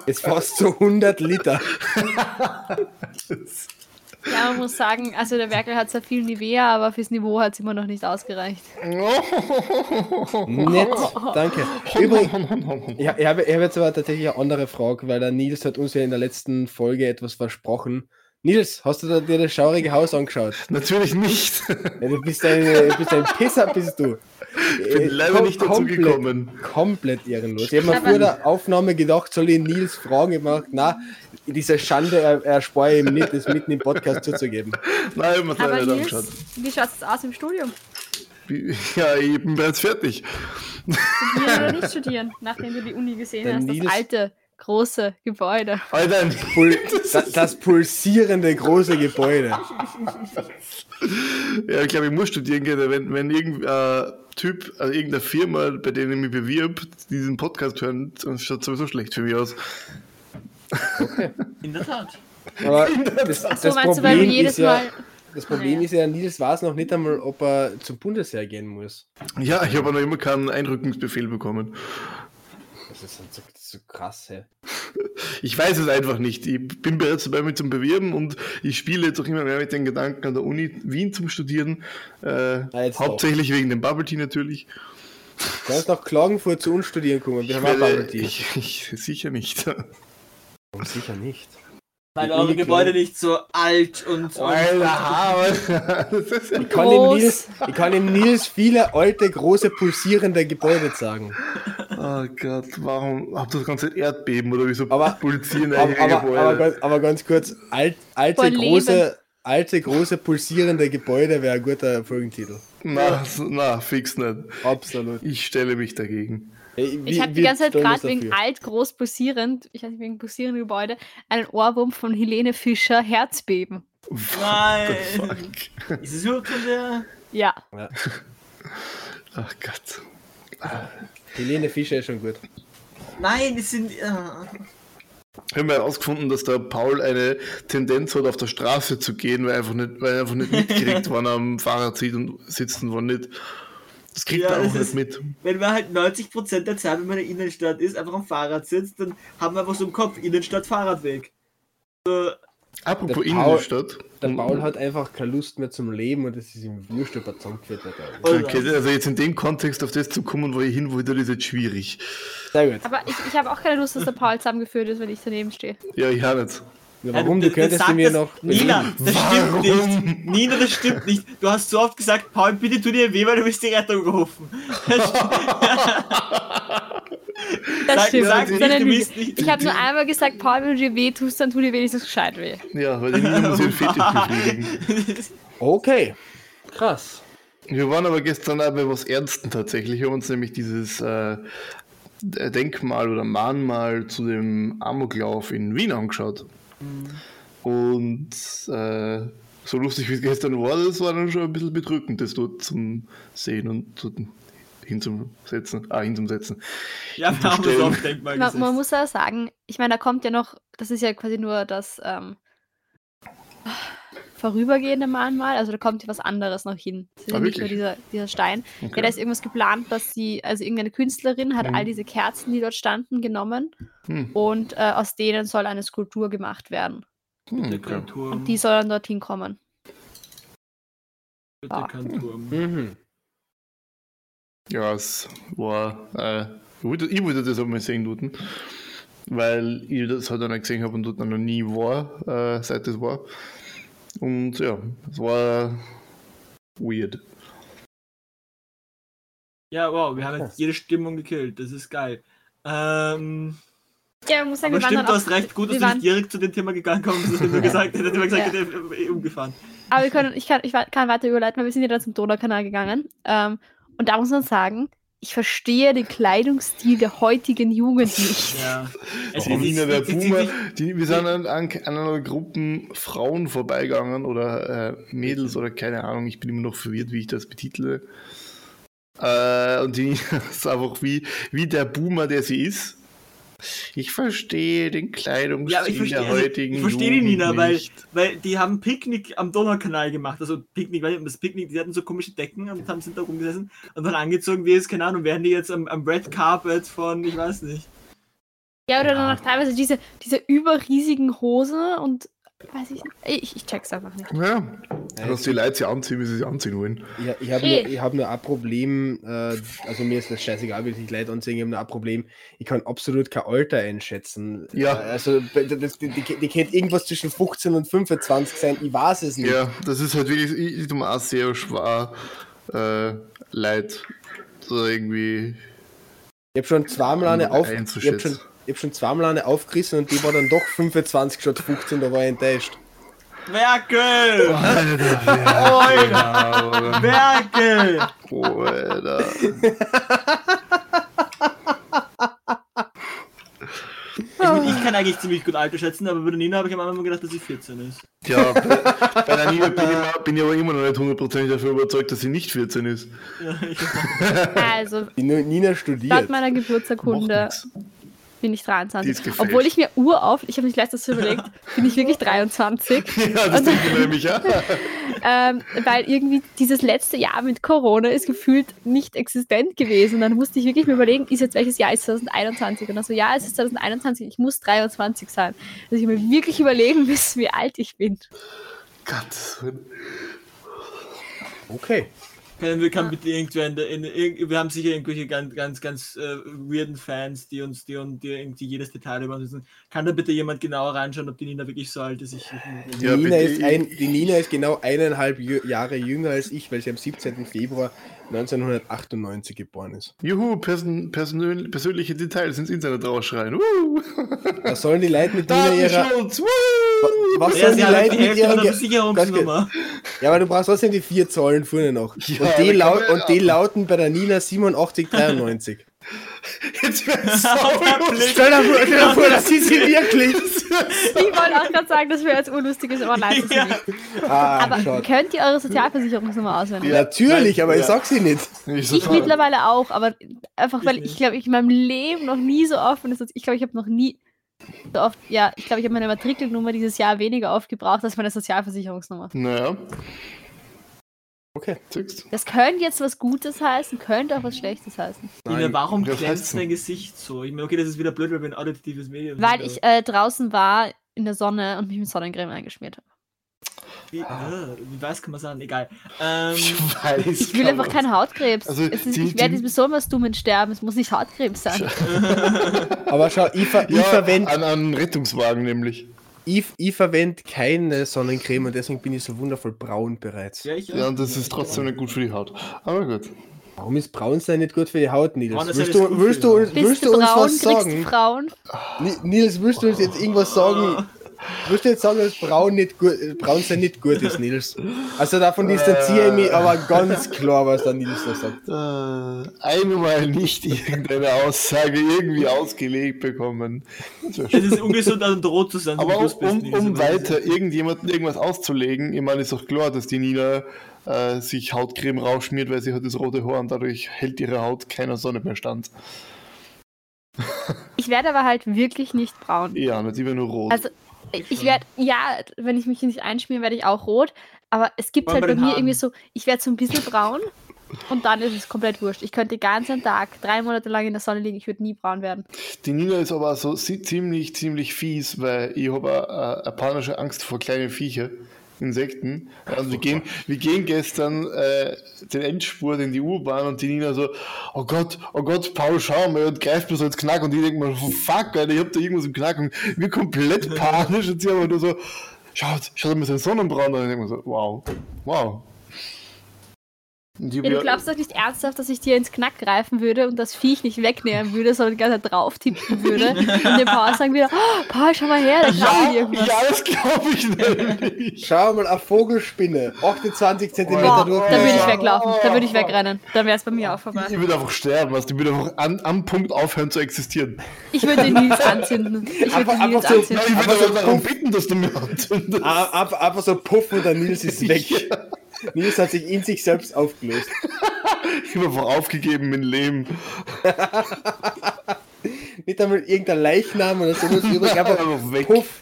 S2: Ist fast so 100 Liter.
S4: Ja, man muss sagen, also der Werkel hat zwar viel Nivea, aber fürs Niveau hat es immer noch nicht ausgereicht.
S2: Nett, danke. Übrigens,
S5: Übrigens.
S2: Ja, ich habe, ich habe jetzt aber tatsächlich eine andere Frage, weil der Nils hat uns ja in der letzten Folge etwas versprochen. Nils, hast du da dir das schaurige Haus angeschaut?
S5: Natürlich nicht.
S2: Ja, du bist ein, du bist ein Pisser, bist du. Ich
S5: bin leider nicht dazu gekommen.
S2: Komplett ehrenlos. Ich habe mir vor der Aufnahme gedacht, soll ich Nils fragen? Ich habe mir gedacht, na, diese Schande er- erspare ich ihm nicht, das mitten im Podcast zuzugeben.
S5: Nein, ich hab's
S4: Aber
S5: leider nicht
S4: Nils,
S5: angeschaut.
S4: wie schaut es aus im Studium?
S5: Ja, ich bin bereits fertig.
S4: Studieren oder nicht studieren, nachdem du die Uni gesehen
S2: Der
S4: hast,
S2: Nils-
S4: das alte, große Gebäude.
S5: Alter,
S2: Pul das, das pulsierende große Gebäude.
S5: ja, ich glaube, ich muss studieren gehen. Wenn, wenn irgendein Typ an irgendeiner Firma, bei denen ich mich bewirb, diesen Podcast hören, dann schaut sowieso schlecht für mich aus.
S3: In der Tat.
S2: Aber das, das
S4: So meinst du, weil du jedes Mal.
S2: Das Problem
S4: Naja.
S2: ist ja, Nils weiß noch nicht einmal, ob er zum Bundesheer gehen muss.
S5: Ja, ich habe noch immer keinen Einrückungsbefehl bekommen.
S2: Das ist so, so krass, hä?
S5: Ich weiß es einfach nicht. Ich bin bereits dabei, mich zu bewerben und ich spiele jetzt auch immer mehr mit den Gedanken, an der Uni Wien zum Studieren. Äh,
S2: jetzt doch.
S5: hauptsächlich wegen dem Bubble Tea natürlich.
S2: Du kannst nach Klagenfurt zu uns studieren kommen. Wir haben auch
S5: Weil,
S2: Bubble
S5: äh,
S2: Tea.
S5: ich, ich, sicher nicht.
S2: Sicher nicht.
S3: Weil eure
S2: Eklig.
S3: Gebäude nicht so alt
S5: Oh,
S3: und.
S5: Alter, das ist ja
S2: Ich kann, dem
S4: Groß.
S2: Nils, ich kann dem Nils viele alte, große, pulsierende Gebäude sagen.
S5: Oh Gott, warum habt ihr das ganze Zeit Erdbeben oder wieso
S2: Aber-
S5: pulsieren
S2: Aber,
S5: eigentlich
S2: aber,
S5: Gebäude?
S2: aber, ganz, aber ganz kurz, alt, alte,
S4: Voll
S2: große, alte, große, pulsierende Gebäude wäre ein guter Folgentitel.
S5: na, s- na, fix nicht.
S2: Absolut.
S5: Ich stelle mich dagegen.
S2: Ey, wie-
S4: Ich habe die
S2: wir
S4: ganze Zeit
S2: stellen uns
S4: gerade wegen
S2: dafür.
S4: alt, groß, pulsierend, ich weiß nicht, wegen pulsierenden Gebäude, einen Ohrwurm von Helene Fischer, Herzbeben.
S3: Nein!
S5: Fuck.
S3: Ist es überhaupt schon der?
S4: Ja.
S5: Ach Gott.
S2: Helene Fischer ist schon gut.
S3: Nein, es sind. ah.
S5: Wir haben ja herausgefunden, dass der Paul eine Tendenz hat, auf der Straße zu gehen, weil er einfach nicht, weil er einfach nicht mitkriegt, wann er am Fahrrad sieht und sitzt und wann nicht. Das kriegt
S3: Ja,
S5: er einfach
S3: das
S5: nicht mit.
S3: Wenn man halt 90% der Zeit, wenn man in der Innenstadt ist, einfach am Fahrrad sitzt, dann haben wir einfach so im Kopf Innenstadt Fahrradweg.
S5: Apropos
S2: Der Paul-
S5: Innenstadt.
S2: Der Paul hat einfach keine Lust mehr zum Leben und es ist ihm wurscht, ob er zusammengeführt wird. oder nicht.
S5: Okay, also jetzt in dem Kontext auf das zu kommen, wo ihr hin wollt, das ist jetzt schwierig.
S2: Sehr gut.
S4: Aber ich, ich habe auch keine Lust, dass der Paul zusammengeführt ist, wenn ich daneben stehe.
S5: Ja, ich habe jetzt.
S2: Ja, warum? Du könntest
S3: sag
S2: mir
S3: Also,
S2: noch.
S3: das- Nina, das
S5: Warum?
S3: stimmt nicht. Nina, das stimmt nicht. Du hast so oft gesagt, Paul, bitte tu dir weh, weil du bist die Rettung gerufen. Das
S4: Das
S3: Sag-
S4: stimmt.
S3: sag
S4: das ist
S3: nicht,
S4: eine
S3: du
S4: Lüge.
S3: bist nicht-
S4: ich habe nur einmal gesagt, Paul, wenn du dir weh tust, dann tu dir wenigstens gescheit weh.
S5: Ja, weil die Nina muss ihren Fetisch befriedigen.
S2: Okay. Krass.
S5: Wir waren aber gestern auch bei was Ernsten tatsächlich. Wir haben uns nämlich dieses äh, Denkmal oder Mahnmal zu dem Amoklauf in Wien angeschaut. Und äh, so lustig wie es gestern war, das war dann schon ein bisschen bedrückend, das dort zum Sehen und dort hinzusetzen. Ah, hinzusetzen.
S3: ja, wir haben das
S5: Stellen.
S3: auf Denkmal
S4: Man, man
S3: gesetzt.
S4: muss ja sagen, ich meine, da kommt ja noch, das ist ja quasi nur das ähm, vorübergehende Mahnmal, also da kommt ja was anderes noch hin. Das ist
S5: Ah,
S4: ja nicht nur
S5: wirklich?
S4: dieser, dieser Stein. Ja, da ist irgendwas geplant, dass sie, also irgendeine Künstlerin hat
S5: Mhm.
S4: all diese Kerzen, die dort standen, genommen
S5: Hm.
S4: und äh, aus denen soll eine Skulptur gemacht werden.
S5: Hm,
S3: Bitte
S5: okay.
S3: kein Turm.
S4: Und die soll dann dorthin kommen.
S3: Bitte kein
S4: Hm.
S3: Turm.
S2: Mhm.
S5: Ja, es war. Äh, ich, wollte, ich wollte das einmal sehen dort. Weil ich das halt auch nicht gesehen habe und dort noch nie war, äh, seit das war. Und ja, es war weird.
S3: Ja, wow, wir haben jetzt jede Stimmung gekillt. Das ist geil. Ähm,
S4: Ja, man muss sagen,
S3: aber
S4: wir
S3: stimmt,
S4: waren
S3: du
S4: dann
S3: hast
S4: auch,
S3: recht. Gut, dass
S4: wir
S3: du
S4: waren-
S3: nicht direkt zu dem Thema gegangen kommst, dass du nur gesagt hättest, immer gesagt
S4: Ja.
S3: hättest, eh umgefahren.
S4: aber wir können, ich, kann, ich wa- kann weiter überleiten, weil wir sind ja dann zum Donaukanal gegangen. Ähm, und da muss man sagen, ich verstehe den Kleidungsstil der heutigen Jugend nicht.
S3: Ja. Es
S5: Warum
S3: ist-
S5: Nina
S3: es
S5: der
S3: ist- es ist-
S5: Boomer, die, wir sind an, an, an einer Gruppe Frauen vorbeigegangen oder äh, Mädels oder keine Ahnung, ich bin immer noch verwirrt, wie ich das betitle. Äh, und die ist einfach wie, wie der Boomer, der sie ist. Ich verstehe den
S3: Ja, aber ich
S5: Kleidungsstil der
S3: verstehe, also,
S5: heutigen
S3: ich verstehe die Nina,
S5: Jugend
S3: weil,
S5: nicht.
S3: weil die haben Picknick am Donaukanal gemacht. Also Picknick, weil das Picknick, die hatten so komische Decken und haben sind da rumgesessen und dann angezogen, wie es, keine Ahnung, wären die jetzt am, am Red Carpet von, ich weiß nicht.
S4: Ja, oder dann auch teilweise diese, diese überriesigen Hose und weiß ich, ich, ich check's einfach nicht.
S5: Ja, dass die Leute sie anziehen, wie sie sie anziehen wollen.
S2: Äh, Ich, ich habe
S4: Eh.
S2: nur, ich hab nur ein Problem, äh, also mir ist das scheißegal, wie sich Leute anziehen, ich habe nur ein Problem, ich kann absolut kein Alter einschätzen.
S5: Ja.
S2: Äh, Also be- das, die, die, die könnte irgendwas zwischen 15 und 25 sein, ich weiß es nicht.
S5: Ja, das ist halt wirklich, ich, ich tu mir auch sehr schwer äh, Leid. So irgendwie
S2: Ich habe schon zweimal eine auf, ich
S5: Einzuschätzen.
S2: hab schon, ich hab schon zweimal eine aufgerissen und die war dann doch 25 statt 15, da war ich enttäuscht.
S3: Merkel!
S5: Alter,
S3: Alter! Merkel!
S5: Alter.
S3: Ich, mein, ich kann eigentlich ziemlich gut Alter schätzen, aber bei der Nina habe ich am Anfang gedacht, dass sie 14 ist.
S5: Ja, bei, bei der Nina bin ich, mir- bin ich aber immer noch nicht hundertprozentig dafür überzeugt, dass sie nicht 14 ist.
S3: Ja, ich,
S4: Also,
S2: Die Nu- Nina
S4: laut
S2: studiert.
S4: meiner
S5: Macht
S4: Geburtsurkunde
S5: nix.
S4: bin
S5: Die
S4: ich
S5: ist
S4: 23.
S5: gefälscht.
S4: Obwohl ich mir urauf, ich habe mich gleich das überlegt, bin ich wirklich 23.
S5: Ja, das denke ich nämlich, ja.
S4: ähm, weil irgendwie dieses letzte Jahr mit Corona ist gefühlt nicht existent gewesen. Und dann musste ich wirklich mir überlegen, ist jetzt welches Jahr ist 2021? Und dann so, ja, es ist 2021, ich muss 23 sein. Also ich hab mir wirklich überlegen müssen, wie alt ich bin.
S5: Gottes Willen.
S2: Okay.
S3: Können wir, kann bitte irgendwer in, der- in, in, wir haben sicher irgendwelche ganz, ganz, ganz äh, weirden Fans, die uns, die uns, die irgendwie jedes Detail über uns wissen. Kann da bitte jemand genauer reinschauen, ob die Nina wirklich so alt ist? Ich, ich,
S5: Ja,
S2: Nina
S5: bitte,
S2: ist
S5: ich-
S2: ein, die Nina ist genau eineinhalb Jü- Jahre jünger als ich, weil sie am 17. Februar 1998 geboren ist.
S5: Juhu, person, persönl- persönliche Details ins Internet rausschreien. Uh,
S2: Was sollen die Leute mit Nina ihrer.
S5: Datenschutz! Uh.
S2: Was
S3: ja,
S2: sollen die
S3: sie hat
S2: Leute
S3: die
S2: mit
S3: Hälfte
S2: ihrer.
S3: von der
S2: Ge-
S3: Versicherungsnummer.
S2: Ja, aber du brauchst trotzdem die vier Zollen vorne noch.
S5: Ja,
S2: und, die
S5: aber
S2: lau
S5: kann man-
S2: und die lauten bei der Nina 8793.
S5: Jetzt wär's sauer.
S2: Stell dir vor, stell dir vor, das ist sie wirklich.
S4: Ich wollte auch gerade sagen, das wäre jetzt unlustig, ist aber nein, das ist
S3: Ja.
S4: nicht.
S2: Ah,
S4: Aber
S2: schaut.
S4: könnt ihr eure Sozialversicherungsnummer auswendig?
S2: Natürlich, aber ich sag sie nicht.
S5: Ich
S4: Ich
S5: sofort.
S4: mittlerweile auch, aber einfach weil
S3: Ich
S4: ich,
S3: nicht.
S4: glaube, ich in meinem Leben noch nie so oft, und das ist- ich glaube, ich habe noch nie so oft, ja, ich glaube, ich habe meine Matrikelnummer dieses Jahr weniger oft gebraucht als meine Sozialversicherungsnummer.
S5: Naja,
S2: Okay.
S5: siehst
S4: Das könnte jetzt was Gutes heißen, könnte auch was Schlechtes heißen.
S3: Nina, warum
S5: wir
S3: glänzt
S5: heißen.
S3: dein Gesicht so? Ich meine, okay, das ist wieder blöd, weil wir ein auditives Medium
S4: Weil
S3: sind,
S4: ich äh, draußen war in der Sonne und mich mit Sonnencreme eingeschmiert habe.
S3: aber Wie, äh, wie weiß kann man sagen? Egal. Ähm,
S5: Ich weiß.
S4: Ich will
S5: kann
S4: einfach
S5: man.
S4: keinen Hautkrebs.
S5: Also,
S4: es ist,
S5: die-
S4: ich werde
S5: die-
S4: jetzt besonders dumm und sterben. Es muss nicht Hautkrebs sein.
S2: Aber schau, ich, ver ich
S5: Ja,
S2: verwende
S5: an einem Rettungswagen nämlich.
S2: ich, ich verwend keine Sonnencreme und deswegen bin ich so wundervoll braun bereits.
S3: ja, ich
S5: Ja, und das ist trotzdem nicht gut für die Haut. Aber gut.
S2: Warum ist Braunsein nicht gut für die Haut, Nils?
S3: Braun ist
S2: Willst du,
S3: ja das Gute,
S2: willst du, uns-
S4: Bist
S2: willst
S4: du
S2: du uns
S4: braun,
S2: was
S4: kriegst du
S2: sagen?
S4: Frauen.
S2: Ni- Nils, willst du uns jetzt irgendwas sagen? Willst du jetzt sagen, dass Braun nicht gut, äh, Braunsein nicht gut ist, Nils? Also
S3: Äh.
S2: davon distanziere ich mich aber ganz klar, was der Nils da sagt.
S5: Äh, einmal nicht irgendeine Aussage irgendwie ausgelegt bekommen. Das wär schön.
S3: Es ist ungesund, an Droht zu sein. so
S5: Aber
S3: wie
S5: um,
S3: du's Also, bist,
S5: um,
S3: Nils,
S5: um
S3: aber das ist-
S5: weiter irgendjemandem irgendwas auszulegen, ich meine, ist doch klar, dass die Nina äh, sich Hautcreme rausschmiert, weil sie hat das rote Haar und dadurch hält ihre Haut keiner Sonne mehr stand.
S4: Ich werde aber halt wirklich nicht braun.
S5: Ja, nicht immer nur rot.
S4: Also ich werde, ja, wenn ich mich nicht einschmieren, werde ich auch rot. Aber es gibt
S3: Vor allem
S4: halt bei
S3: bei den
S4: mir
S3: Haaren.
S4: irgendwie so, ich werde so ein bisschen braun und dann ist es komplett wurscht. Ich könnte den ganzen Tag, drei Monate lang in der Sonne liegen, ich würde nie braun werden.
S5: die Nina ist aber so si- ziemlich, ziemlich fies, weil ich äh, habe eine eine panische Angst vor kleinen Viecher. Insekten. Also wir gehen, wir gehen gestern äh, den Endspurt in die U-Bahn und die Nina so, oh Gott, oh Gott, Paul, schau mal und greift mir so ins Knack und ich denke mir, oh fuck, Alter, ich hab da irgendwas im Knack und wir komplett panisch und sie haben halt nur so, schaut, schaut mir seinen Sonnenbrand an und ich denke mir so, wow, wow. Und ich hab
S4: Ja, du
S5: ja-
S4: glaubst doch nicht ernsthaft, dass ich dir ins Knack greifen würde und das Viech nicht wegnehmen würde, sondern die ganze Zeit drauf tippen würde. und dem Paul sagen wieder, oh, Paul, schau mal her, da krabbelt
S5: ja,
S4: irgendwas.
S5: ja, das glaube ich nämlich.
S2: Schau mal, eine Vogelspinne, 28 cm
S4: Boah,
S2: durch.
S4: dann würde ich
S5: Ja.
S4: weglaufen, dann würde ich wegrennen. Dann wäre es bei mir auch vorbei.
S5: Ich würde einfach sterben, was? Die würde einfach an, am Punkt aufhören zu existieren.
S4: Ich würde den Nils anzünden. Ich würde
S2: Einfach-
S4: den Nils
S2: einfach so-
S5: Ja,
S4: anzünden.
S5: ich
S2: Aber
S5: würde
S2: so
S5: aber darum
S2: Punkt-
S5: bitten, dass du mir anzündest.
S2: Ah, ab- Einfach so puff und der Nils ist weg. Nils hat sich in sich selbst aufgelöst.
S5: Ich habe einfach aufgegeben, mein Leben.
S2: Nicht einmal irgendein Leichnam oder sowas übrig, einfach
S5: Einfach weg.
S2: puff.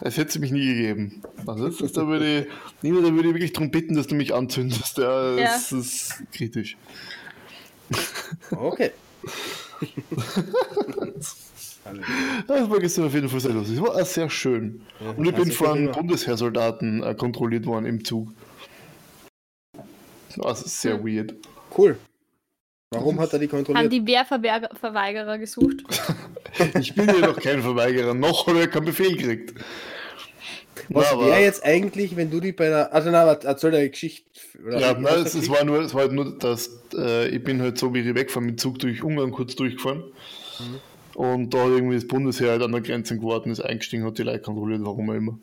S5: Es hätte sie mich nie gegeben. Was ist das? Da würde ich, Nina, da würde ich wirklich darum bitten, dass du mich anzündest. Ja,
S4: Ja.
S5: Das ist kritisch.
S2: Okay.
S5: Das war gestern auf jeden Fall sehr lustig. Es war auch sehr schön. Und ich bin
S2: Also,
S5: von
S2: immer.
S5: Bundesheersoldaten äh, kontrolliert worden im Zug. Das ist sehr
S2: Hm.
S5: weird.
S2: Cool. Warum hat er die
S4: Haben
S2: kontrolliert?
S4: die Wehrverweigerer gesucht?
S5: Ich bin ja noch kein Verweigerer, noch habe ich keinen Befehl gekriegt.
S2: Was
S5: Na, aber-
S2: wäre jetzt eigentlich, wenn du die bei der. Also, na, warte, erzähl deine Geschichte. Oder
S5: Ja,
S2: wie
S5: nein,
S2: hast du
S5: es,
S2: das
S5: es
S2: gekriegt?
S5: war nur, es war halt nur, dass äh, ich bin halt so wie ich weggefahren mit Zug durch Ungarn kurz durchgefahren.
S2: Mhm.
S5: Und da hat irgendwie das Bundesheer halt an der Grenze geworden ist, eingestiegen hat, die Leute kontrolliert, warum auch immer.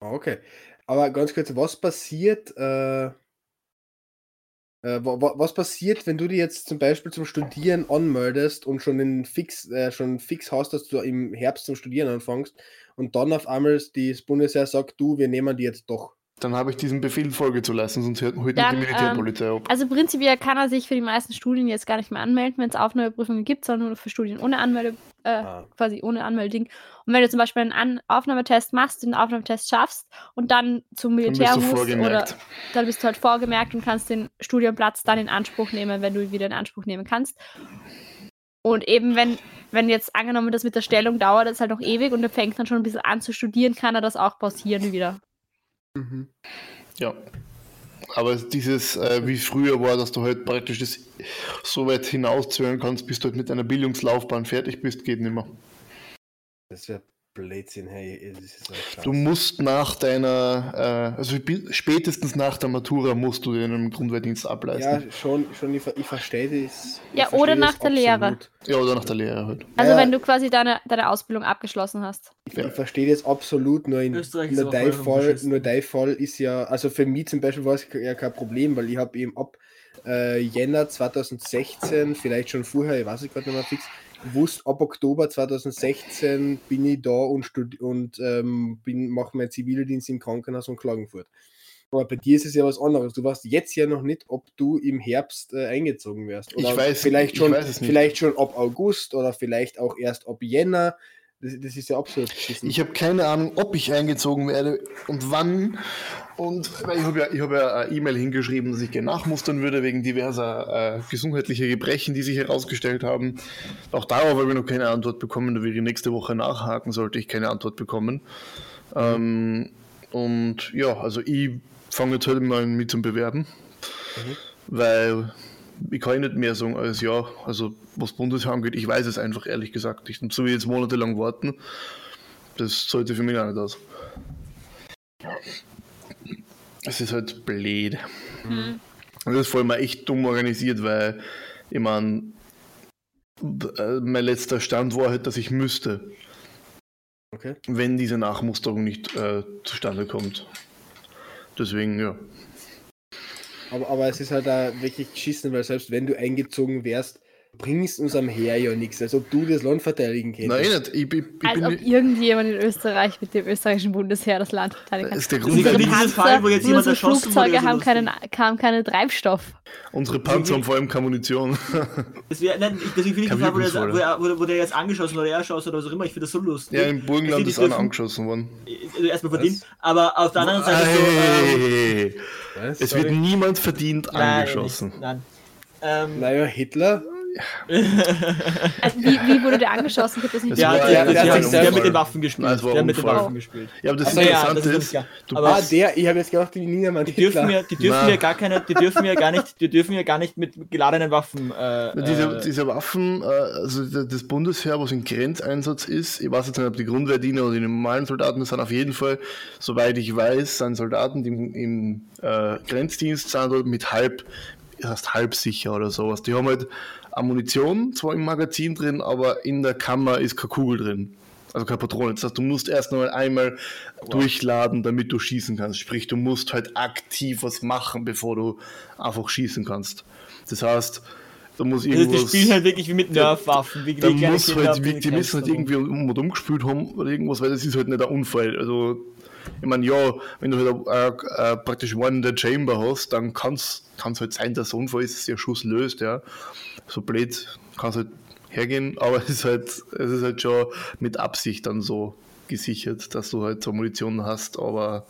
S2: Ah, Okay. Aber ganz kurz, was passiert, äh, äh, wa- wa- was passiert, wenn du dir jetzt zum Beispiel zum Studieren anmeldest und schon in fix, äh, schon fix hast, dass du im Herbst zum Studieren anfängst und dann auf einmal das Bundesheer sagt, du, wir nehmen die jetzt doch.
S5: Dann habe ich diesen Befehl Folge zu lassen, sonst hört heute die
S4: Dann,
S5: Militärpolizei ab.
S4: Also prinzipiell kann er sich für die meisten Studien jetzt gar nicht mehr anmelden, wenn es Aufnahmeprüfungen gibt, sondern nur für Studien ohne Anmelde, äh,
S2: Ah.
S4: quasi ohne Anmelding. Und wenn du zum Beispiel einen An Aufnahmetest machst, den Aufnahmetest schaffst und dann zum
S5: Dann
S4: Militär
S5: bist du
S4: musst, oder
S5: vorgemerkt.
S4: dann bist du halt vorgemerkt und kannst den Studienplatz dann in Anspruch nehmen, wenn du ihn wieder in Anspruch nehmen kannst. Und eben, wenn, wenn jetzt angenommen, das mit der Stellung dauert, das halt noch ewig und er fängt dann schon ein bisschen an zu studieren, kann er das auch pausieren wieder.
S5: Ja. Aber dieses, äh, wie es früher war, dass du halt praktisch das so weit hinauszögern kannst, bis du halt mit einer Bildungslaufbahn fertig bist, geht nicht mehr.
S2: Das ist ja Blödsinn, hey. Das ist so krass.
S5: Du musst nach deiner, äh, also bi- spätestens nach der Matura musst du deinen Grundwehrdienst ableisten.
S2: ja, schon, schon ich, ver- ich verstehe das. ich
S4: Ja,
S2: verstehe
S4: oder
S2: das
S4: nach der Lehre.
S2: absolut.
S5: Ja, oder nach der Lehre halt.
S4: Also
S2: Ja.
S4: wenn du quasi deine, deine Ausbildung abgeschlossen hast.
S2: Ich, ich verstehe das absolut, nur in
S3: Österreich ist
S2: nur
S3: auch
S2: dein
S3: voll
S2: Fall,
S3: beschissen.
S2: nur dein Fall ist ja, also für mich zum Beispiel war es ja kein Problem, weil ich habe eben ab äh, Jänner 2016, vielleicht schon vorher, ich weiß es gerade nicht mehr fix, gewusst, ab Oktober 2016 bin ich da und, studi- und ähm, bin- mache meinen Zivildienst im Krankenhaus in Klagenfurt. Aber bei dir ist es ja was anderes. Du weißt jetzt ja noch nicht, ob du im Herbst äh, eingezogen wirst.
S5: Ich weiß-
S2: vielleicht
S5: ich
S2: schon,
S5: weiß es nicht.
S2: vielleicht schon ab August oder vielleicht auch erst ab Jänner. Das, das ist ja absolut beschissen.
S5: Ich habe keine Ahnung, ob ich eingezogen werde und wann. Und weil ich habe ja, ich hab ja eine E-Mail hingeschrieben, dass ich gerne nachmustern würde wegen diverser äh, gesundheitlicher Gebrechen, die sich herausgestellt haben. Auch darauf habe ich noch keine Antwort bekommen. Da werde ich nächste Woche nachhaken, sollte ich keine Antwort bekommen. Ähm, und ja, also ich fange jetzt halt mal mit zum Bewerben, weil ich kann nicht mehr sagen als ja. Also was Bundesheer angeht, ich weiß es einfach ehrlich gesagt nicht. Und so wie jetzt monatelang warten, das sollte für mich auch nicht aus. Es ist halt blöd. Und das ist vor allem auch echt dumm organisiert, weil ich meine, äh, mein letzter Stand war halt, dass ich müsste,
S2: Okay.
S5: wenn diese Nachmusterung nicht äh, zustande kommt. Deswegen, ja.
S2: Aber, aber es ist halt da wirklich geschissen, weil selbst wenn du eingezogen wärst, bringst uns am Heer ja nichts. Als ob du das Land verteidigen
S5: Nein, eh
S2: könntest.
S5: nicht. Ich, ich, ich
S4: Als
S5: bin.
S4: ob irgendjemand in Österreich mit dem österreichischen Bundesheer das Land verteidigen
S5: das
S4: kann.
S5: ist der
S3: ist
S5: Grund,
S3: ja
S5: weil
S3: nicht- dieses Fall, wo jetzt
S4: unsere
S3: jemand erschossen wurde,
S4: Flugzeuge
S3: ist ja
S4: haben keinen,
S3: lustig.
S4: haben keinen Treibstoff.
S5: unsere Panzer haben vor allem keine Munition.
S3: Das wär, nein, ich, deswegen finde ich
S5: Kein
S3: den Fall, wo der,
S5: Wirkungsvoll.
S3: wo, er, wo, der- wo der jetzt angeschossen oder er erschossen oder was auch immer, ich finde das so lustig.
S5: ja, im Burgenland
S3: Ich
S5: ist
S3: finde, die
S5: einer
S3: dürfen-
S5: angeschossen worden. Ah,
S3: Also erstmal verdient, aber auf der anderen Seite so. Ähm,
S5: Ei,
S2: Was?
S5: es
S2: Sorry.
S5: wird niemand verdient
S3: nein,
S5: angeschossen.
S3: nicht, Nein. Ähm,
S2: Naja, Hitler.
S4: Also wie, wie wurde der angeschossen? Gibt es nicht
S5: Das
S3: Ja,
S5: war
S3: der,
S5: ja-
S3: der,
S5: das
S3: der,
S5: war
S3: der,
S5: ein
S3: der hat mit
S5: Unfall.
S3: den Waffen gespielt.
S5: Nein, es war ein
S3: der hat mit den
S5: Unfall.
S3: Waffen gespielt.
S5: Ja, aber das
S3: Also ja,
S5: Interessante
S3: das ist
S5: ist,
S3: klar.
S5: du
S3: Aber-
S2: Ah,
S5: bist,
S2: der, ich habe jetzt gedacht, die Niedermann
S3: Die dürfen
S2: Hitler.
S3: ja, die dürfen
S5: Na.
S3: ja gar keine, die dürfen ja gar nicht, die dürfen ja gar nicht mit geladenen Waffen. Äh,
S5: diese,
S3: äh,
S5: diese Waffen, äh, also d- das Bundesheer, was in Grenzeinsatz ist, ich weiß jetzt nicht, ob die Grundwehrdiener oder die normalen Soldaten das sind, auf jeden Fall, soweit ich weiß, sind Soldaten, die im, im äh, Grenzdienst sind oder mit halb, das heißt halbsicher oder sowas. Die haben halt Ammunition zwar im Magazin drin, aber in der Kammer ist keine Kugel drin. Also keine Patrone. Das heißt, du musst erst noch einmal durchladen, damit du schießen kannst. Sprich, du musst halt aktiv was machen, bevor du einfach schießen kannst. Das heißt, da muss
S3: also die
S5: irgendwas.
S3: spielen halt wirklich wie mit Nerf-Waffen. Wie,
S5: da
S3: wie kleine
S5: muss
S3: Kinder auf
S5: halt,
S3: den
S5: die, die müssen halt
S3: Grenzen
S5: irgendwie um und umgespielt haben oder irgendwas, weil das ist halt nicht ein Unfall. Also, ich meine, ja, wenn du halt äh, äh, praktisch One in the Chamber hast, dann kann es halt sein, dass ein Unfall ist, dass der Schuss löst, ja. So blöd kann es halt hergehen, aber es ist halt, es ist halt schon mit Absicht dann so gesichert, dass du halt so Munition hast, aber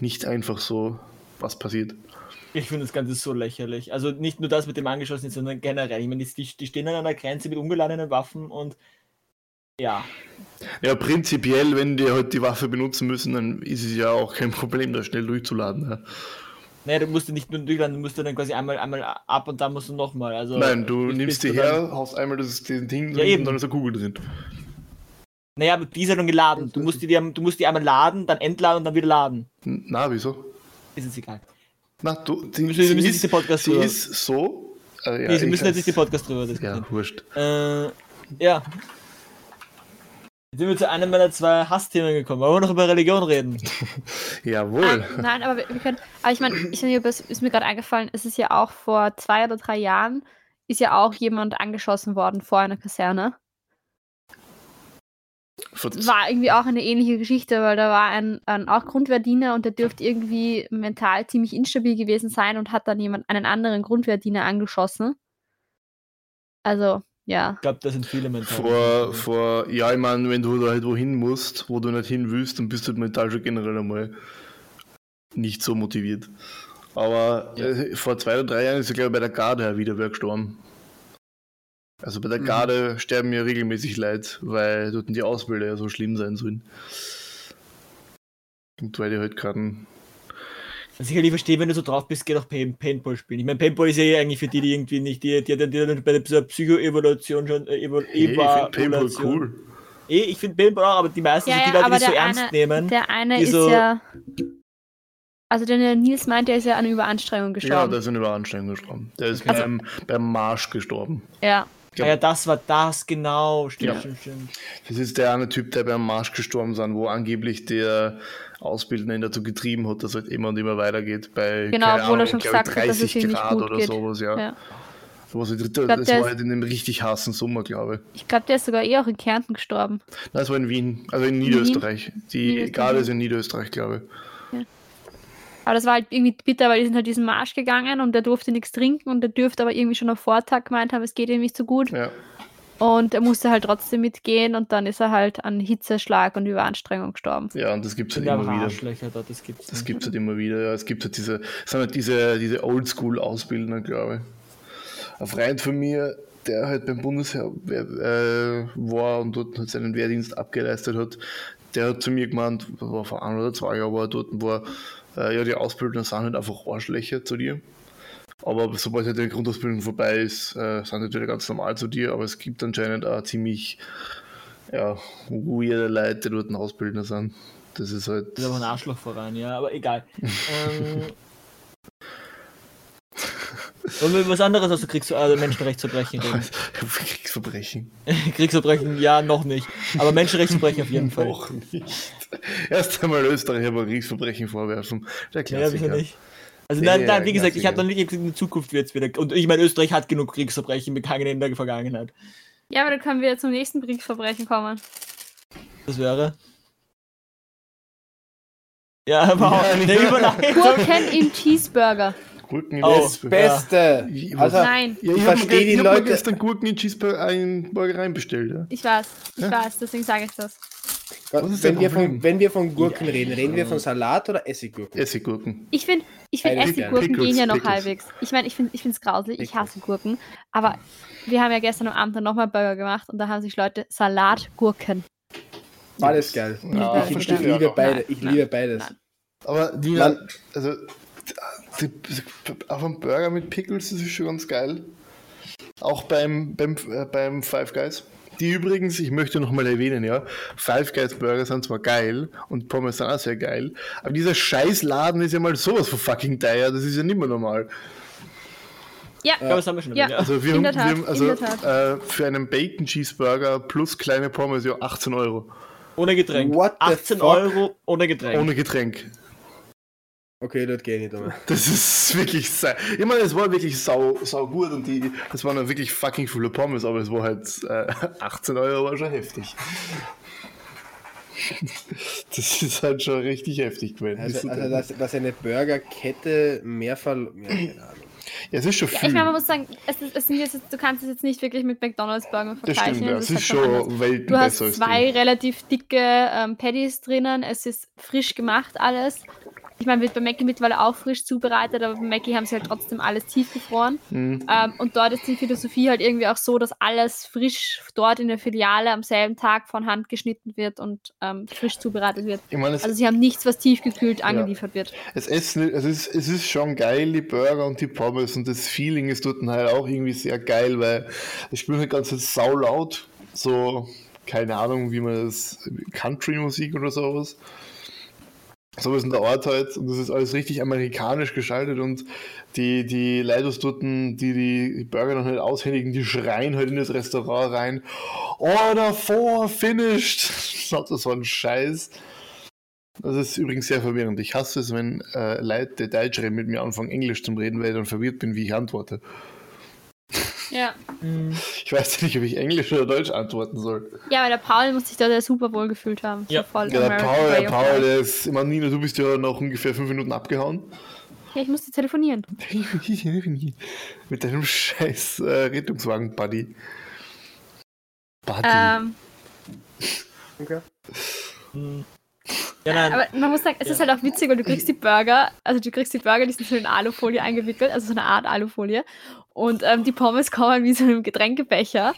S5: nicht einfach so, was passiert.
S3: Ich finde das Ganze so lächerlich. Also nicht nur das mit dem Angeschossenen, sondern generell. Ich meine, die, die die stehen an einer Grenze mit ungeladenen Waffen und ja.
S5: Ja, prinzipiell, wenn die halt die Waffe benutzen müssen, dann ist es ja auch kein Problem, da schnell durchzuladen. Ja.
S3: Naja, du musst ja nicht nur durchladen, du musst ja dann quasi einmal, einmal ab und dann musst du nochmal. Also
S5: Nein, du
S3: bis-
S5: nimmst
S3: bis
S5: die
S3: du
S5: her, haust einmal das, den Ding
S3: Ja,
S5: drin
S3: eben.
S5: und dann ist eine Kugel drin.
S3: Dann, naja, aber die ist ja dann geladen. Du musst die, dir- du musst die einmal laden, dann entladen und dann wieder laden.
S5: N- Na, wieso?
S3: Ist jetzt egal.
S5: Na, du, die,
S3: müssen- wir müssen jetzt den Podcast
S5: sie
S3: hören.
S5: ist so. Äh, ja,
S3: nee, sie
S5: ich
S3: müssen
S5: weiß.
S3: jetzt nicht den Podcast drüber diskutieren.
S5: Ja, wurscht.
S3: Äh, ja. Jetzt sind wir zu einem meiner zwei Hassthemen gekommen. Wollen wir noch über Religion reden?
S5: Jawohl.
S4: Ah, nein, aber wir, wir können. Aber ich meine, ich weiß nicht, ob es ist mir gerade eingefallen, es ist ja auch vor zwei oder drei Jahren ist ja auch jemand angeschossen worden vor einer Kaserne.
S5: Vor-
S4: war irgendwie auch eine ähnliche Geschichte, weil da war ein, ein auch Grundwehrdiener und der dürfte irgendwie mental ziemlich instabil gewesen sein und hat dann jemand einen anderen Grundwehrdiener angeschossen. Also, ja.
S3: Ich glaube, da sind viele mental.
S5: Vor, vor, ja, ich meine, wenn du da halt wohin musst, wo du nicht hin willst, dann bist du halt mental schon generell einmal nicht so motiviert. Aber äh, vor zwei oder drei Jahren ist er, glaube ich, bei der Garde ja wieder wer gestorben. Also bei der
S3: Mhm.
S5: Garde sterben ja regelmäßig Leute, weil dort die Ausbilder ja so schlimm sein sollen. Und weil die halt keinen.
S3: Also sicherlich verstehe, wenn du so drauf bist, geht auch Pain Paintball spielen. Ich meine, Paintball ist ja eh eigentlich für die, die irgendwie nicht, die, die, die, die bei der Psychoevolution schon äh, Evo,
S5: Hey, ich finde Paintball
S3: Evaluation-
S5: cool.
S3: Eh, ich finde Paintball auch, aber die meisten,
S4: ja,
S3: also die
S4: ja,
S3: Leute,
S4: aber
S3: die es so
S4: der
S3: ernst
S4: eine,
S3: nehmen,
S4: der eine
S3: die
S4: ist
S3: so-
S4: ja. Also, der der Nils meint, der ist ja an Überanstrengung
S5: Ja,
S4: gestorben.
S5: der ist in Überanstrengung gestorben. Der ist
S3: Okay.
S5: beim, beim Marsch gestorben.
S4: ja.
S3: ah, ja, das war das, genau. Stimmt,
S5: Ja.
S3: stimmt, stimmt.
S5: Das ist der eine Typ, der beim Marsch gestorben sind, wo angeblich der Ausbildende ihn dazu getrieben hat, dass er halt immer und immer weitergeht. Bei,
S4: Genau,
S5: keine
S4: obwohl er
S5: Ahnung,
S4: schon
S5: glaub
S4: gesagt
S5: ich,
S4: hat, dass es
S5: 30
S4: ihm nicht
S5: Grad
S4: gut
S5: oder
S4: geht.
S5: sowas, ja.
S4: Ja.
S5: Da war's halt- Das,
S4: glaub, der
S5: war
S4: ist-
S5: halt in dem richtig heißen Sommer, glaube ich.
S4: Ich glaube, der ist sogar eh auch in Kärnten gestorben.
S5: Nein, das war in Wien, also in Niederösterreich. Die
S4: Niederösterreich.
S5: Garde ist in Niederösterreich, glaube ich.
S4: Aber das war halt irgendwie bitter, weil die sind halt diesen Marsch gegangen und der durfte nichts trinken und der dürfte aber irgendwie schon am Vortag gemeint haben, es geht ihm nicht so gut.
S5: Ja.
S4: Und er musste halt trotzdem mitgehen und dann ist er halt an Hitzeschlag und Überanstrengung gestorben.
S5: ja, und das gibt es
S3: Sind
S5: halt
S3: ja
S5: immer wieder.
S3: Arschlöcher da, das gibt's
S5: Das
S3: nicht.
S5: gibt es halt immer wieder. Ja. Es gibt halt diese, es sind halt diese, diese Oldschool-Ausbildner, glaube ich. Ein Freund von mir, der halt beim Bundesheer äh, war und dort halt seinen Wehrdienst abgeleistet hat, der hat zu mir gemeint, das war vor ein oder zwei Jahren, wo er dort war, äh, ja, die Ausbildner sind halt einfach Arschlöcher zu dir. Aber sobald halt die Grundausbildung vorbei ist, äh, sind die wieder ganz normal zu dir, aber es gibt anscheinend auch ziemlich ja, weirde Leute, die dort Ausbildner sind. Das ist halt.
S3: Das ist aber ein Arschlochverein, ja, aber egal. ähm, wollen wir über was anderes aus der Kriegs also Menschenrechtsverbrechen
S5: Also,
S3: reden?
S5: Kriegsverbrechen.
S3: Kriegsverbrechen, ja, noch nicht. Aber Menschenrechtsverbrechen auf jeden Fall.
S5: Noch nicht. Erst einmal Österreich aber Kriegsverbrechen vorwerfen. Der
S3: Ja, wieso
S5: Klassiker.
S3: nicht? Also
S5: Ja,
S3: nein,
S5: ja,
S3: nein, wie gesagt, ich habe
S5: Klassiker.
S3: noch nicht gesagt, in Zukunft wird's wieder. Und ich meine, Österreich hat genug Kriegsverbrechen begangen in der Vergangenheit.
S4: Ja, aber dann können wir zum nächsten Kriegsverbrechen kommen.
S3: Das wäre. Ja, wow. Der Überleitung.
S4: Gurken im Cheeseburger.
S5: Gurken in
S3: Oh,
S2: Das
S5: Cheeseburger.
S2: Beste.
S5: Ja.
S2: Also,
S4: Nein,
S5: Ja,
S2: Ich
S5: ich habe
S2: verstehe die
S5: ich hab mir
S2: Leute-
S5: gestern Gurken in Cheeseburger einen Burger reinbestellt. Ja.
S4: ich weiß. Ich weiß, deswegen sage ich das.
S5: Was ist
S2: wenn
S5: dein
S2: wir,
S5: Problem?
S2: von, wenn wir von Gurken reden, reden wir von Salat oder Essiggurken?
S5: Essiggurken.
S4: Ich finde, ich find,
S2: Pickles,
S4: Essiggurken
S5: Pickles,
S4: gehen ja noch
S5: Pickles.
S4: halbwegs. Ich meine, ich finde es ich find's grauselig, ich hasse Gurken. Aber wir haben ja gestern am Abend dann nochmal Burger gemacht und da haben sich Leute Salatgurken.
S2: War das geil.
S5: Ja,
S2: ich, ich,
S5: verstehe
S2: ich
S5: ich auch
S2: liebe
S5: noch.
S2: beide.
S4: Nein,
S2: Ich
S4: nein,
S2: liebe beides.
S4: nein.
S5: Aber die,
S2: Nein.
S5: also, die, die, auf einem Burger mit Pickles, das ist schon ganz geil. Auch beim, beim, äh, beim Five Guys. Die übrigens, ich möchte nochmal erwähnen, ja, Five Guys Burger sind zwar geil und Pommes sind auch sehr geil, aber dieser Scheißladen ist ja mal sowas von fucking teuer, das ist ja nicht mehr normal.
S4: Ja,
S5: Ah,
S3: Ich glaube, das haben wir schon
S4: Ja.
S3: erwähnt,
S5: Also wir
S4: In
S5: haben,
S4: der Tat,
S5: wir haben
S4: in
S5: also
S4: der Tat.
S5: äh, für einen Bacon Cheeseburger plus kleine Pommes ja 18 Euro.
S3: ja. Ohne Getränk.
S2: What the
S3: 18
S2: fuck?
S3: Euro ohne Getränk.
S5: Ohne Getränk.
S2: Okay, dort gehe ich nicht um.
S5: Das ist wirklich sei. Ich meine, es war wirklich sau, sau gut und die, es waren dann wirklich fucking viele Pommes, aber es war halt äh, 18 Euro war schon heftig. Das ist halt schon richtig heftig gewesen. halt
S2: Also,
S5: Wissen
S2: also
S5: Sie?
S2: dass, dass eine Burgerkette mehr verloren. Ja, keine Ahnung.
S5: ja, es ist schon
S4: Ja,
S5: viel.
S4: ich meine, man muss sagen, es, ist- es sind jetzt, du kannst es jetzt nicht wirklich mit McDonalds-Burger
S5: das
S4: vergleichen.
S5: stimmt, ja. es
S4: es
S5: ist
S4: halt was
S5: schon
S4: anderes.
S5: Welten
S4: Du hast
S5: besser als
S4: zwei relativ dicke ähm, Patties drinnen, es ist frisch gemacht alles. Ich meine, wird bei Mackie mittlerweile auch frisch zubereitet, aber bei Mackie haben sie halt trotzdem alles tiefgefroren.
S5: Hm.
S4: Ähm, und dort ist die Philosophie halt irgendwie auch so, dass alles frisch dort in der Filiale am selben Tag von Hand geschnitten wird und ähm, frisch zubereitet wird.
S5: Ich meine, es,
S4: Also sie haben nichts, was tiefgekühlt angeliefert wird.
S5: es, essen, es, ist, es ist schon geil, die Burger und die Pommes und das Feeling ist dort halt auch irgendwie sehr geil, weil ich spiele halt ganz sau laut. So, keine Ahnung, wie man das, Country-Musik oder sowas. Sowas in der Art halt und das ist alles richtig amerikanisch geschaltet und die, die Leidos dort, die die Burger dann halt aushändigen, die schreien halt in das Restaurant rein. Order for finished! Das war ein Scheiß. Das ist übrigens sehr verwirrend. Ich hasse es, wenn äh, Leute Deutsch reden mit mir anfangen, Englisch zu reden, weil ich dann verwirrt bin, wie ich antworte.
S4: Ja.
S5: Ich weiß nicht, ob ich Englisch oder Deutsch antworten soll.
S4: ja, weil der Paul muss sich da sehr super wohl gefühlt haben.
S3: Ja.
S4: So voll
S5: Ja, der
S4: American
S5: Paul,
S4: Way
S5: der
S4: of
S5: Paul,
S4: Life.
S5: der ist, ich meine, Nina, du bist ja noch ungefähr fünf Minuten abgehauen.
S4: Ja, ich musste telefonieren.
S5: Mit deinem scheiß äh, Rettungswagen-Buddy. Buddy.
S4: Ähm,
S2: Okay.
S3: Ja, nein.
S4: aber man muss sagen, es ist halt auch witzig, weil du kriegst die Burger, also du kriegst die Burger, die sind so in Alufolie eingewickelt, also so eine Art Alufolie. Und ähm, die Pommes kommen wie so in einem Getränkebecher.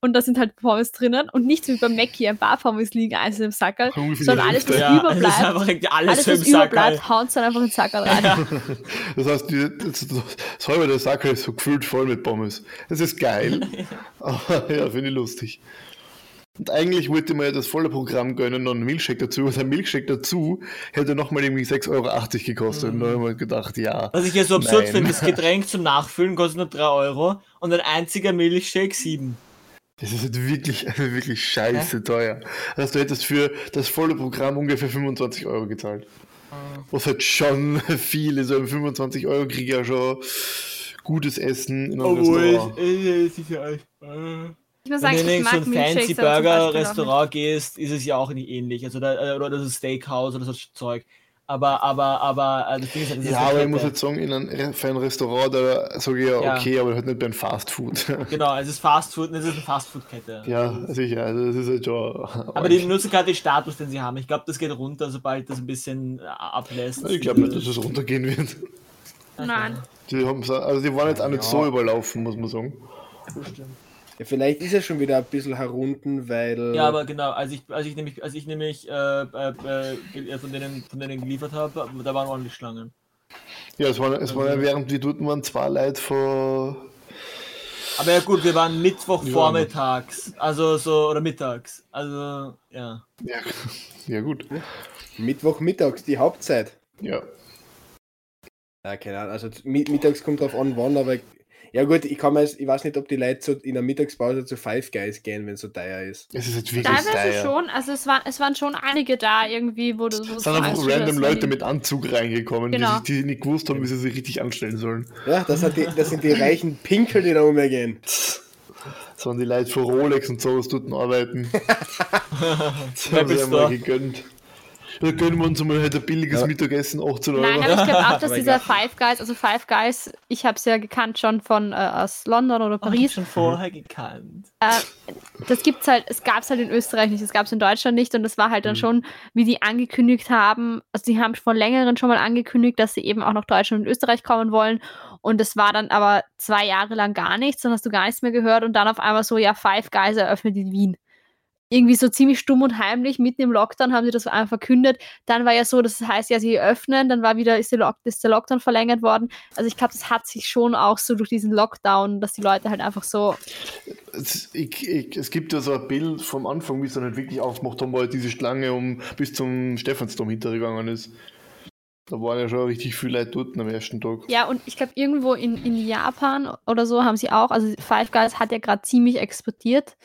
S4: Und da sind halt Pommes drinnen und nicht so wie bei Mackie, ein paar Pommes liegen einzeln im Sackerl,
S5: Ungefähr
S4: sondern
S5: die
S4: alles, was
S5: Hälfte.
S3: ja, es ist
S4: überbleibt,
S3: einfach irgendwie
S4: alles,
S3: alles,
S4: was
S3: im Sack.
S4: überbleibt, hauen sie dann einfach in den Sackerl rein.
S5: Das heißt, die, das, das, das halbe der Sackel ist so gefüllt voll mit Pommes. Das ist geil. Aber ja, finde ich lustig. Und eigentlich wollte man ja das volle Programm gönnen und einen Milchshake dazu. Und ein Milchshake dazu hätte nochmal irgendwie 6,80 Euro gekostet. Und da haben wir gedacht, ja.
S3: Mhm. Was ich ja so absurd
S5: Nein.
S3: finde, das Getränk zum Nachfüllen kostet nur 3 Euro und ein einziger Milchshake 7.
S5: Das ist halt wirklich, also wirklich scheiße teuer. Also du hättest für das volle Programm ungefähr 25 Euro gezahlt.
S3: Mhm.
S5: Was halt schon viel ist. Also 25 Euro krieg ich ja schon gutes Essen in einem
S3: Obwohl,
S5: Restaurant.
S3: äh, es ist ja alles. Äh.
S4: Ich muss sagen,
S3: Wenn du
S4: ich
S3: in
S4: mag
S3: irgendein fancy
S4: Milchshakes, aber zum Beispiel auch nicht.
S3: Burger-Restaurant gehst, ist es ja auch nicht ähnlich. Also da, äh, oder das ist Steakhouse oder so Zeug. Aber, aber, aber, äh, das Ding ist halt, das ist
S5: Ja,
S3: eine
S5: aber ich
S3: Kette.
S5: muss jetzt sagen, in einem, Re- für ein Restaurant, da sage ich ja,
S3: Ja.
S5: okay, aber halt nicht bei einem Fast Food.
S3: Genau, es ist Fast Food, es ist eine Fast Food-Kette.
S5: ja, sicher, also das ist halt schon.
S3: Aber die nutzen gerade den Status, den sie haben. Ich glaube, das geht runter, sobald das ein bisschen äh, ablässt.
S5: ich glaube nicht, dass es runtergehen wird.
S4: Nein.
S5: Die haben's- also die waren jetzt auch nicht so überlaufen, muss man sagen.
S2: Ja, vielleicht ist er schon wieder ein bisschen herunten, weil.
S3: Ja, aber genau, als ich, als ich nämlich, als ich nämlich äh, äh, äh, gel- äh, von, denen, von denen geliefert habe, da waren ordentlich Schlangen.
S5: Ja, es waren, es
S3: Also
S5: waren während wir dort waren zwei Leute von.
S3: Aber ja gut, wir waren Mittwochvormittags, also so, oder mittags. Also, ja.
S5: Ja, ja gut.
S2: Mittwochmittags, die Hauptzeit.
S5: Ja.
S2: Ja, keine Ahnung. Also mi- mittags kommt drauf an, wann, aber. Ja gut, ich kann mir jetzt, ich weiß nicht, ob die Leute so in der Mittagspause zu Five Guys gehen, wenn es so teuer ist.
S5: Es ist halt wirklich
S4: Teilweise
S5: teuer.
S4: schon, also es waren, es waren schon einige da irgendwie, wo du so
S5: Es sind einfach
S4: sagst,
S5: random
S4: dass
S5: Leute
S4: die-
S5: mit Anzug reingekommen,
S4: Genau.
S5: die, sich, die nicht gewusst haben, wie sie sich richtig anstellen sollen.
S2: Ja, das, hat die, das sind die reichen Pinkel, die da umhergehen.
S5: Das waren die Leute von Rolex und sowas dort arbeiten. das haben
S3: Apple
S5: sie einmal
S3: Store.
S5: gegönnt. Da gönnen wir uns mal halt ein billiges Mittagessen, 18 Euro.
S4: Nein, aber ich glaube
S5: Oh
S4: auch, dass
S2: Aber
S4: dieser
S2: egal.
S4: Five Guys, also Five Guys, ich habe es ja gekannt schon von äh, aus London
S3: Oh,
S4: oder
S3: ich hab
S4: Paris.
S3: schon vorher gekannt.
S4: das gibt's halt, es gab's halt in Österreich nicht, es gab's in Deutschland nicht und das war halt dann schon, wie die angekündigt haben, also die haben vor längeren schon mal angekündigt, dass sie eben auch nach Deutschland und Österreich kommen wollen und das war dann aber zwei Jahre lang gar nichts, dann hast du gar nichts mehr gehört und dann auf einmal so, ja, Five Guys eröffnet in Wien. Irgendwie so ziemlich stumm und heimlich, mitten im Lockdown haben sie das einfach verkündet. Dann war ja so, das heißt ja, sie öffnen, dann war wieder, ist, die Lock ist der Lockdown verlängert worden. Also ich glaube, das hat sich schon auch so durch diesen Lockdown, dass die Leute halt einfach so,
S5: Es, ich, ich, es gibt ja so ein Bild vom Anfang, wie es dann halt wirklich aufgemacht haben, wo halt diese Schlange um, bis zum Stephansdom hintergegangen ist. Da waren ja schon richtig viele Leute dort am ersten Tag.
S4: Ja, und ich glaube, irgendwo in, in Japan oder so haben sie auch, also Five Guys hat ja gerade ziemlich exportiert,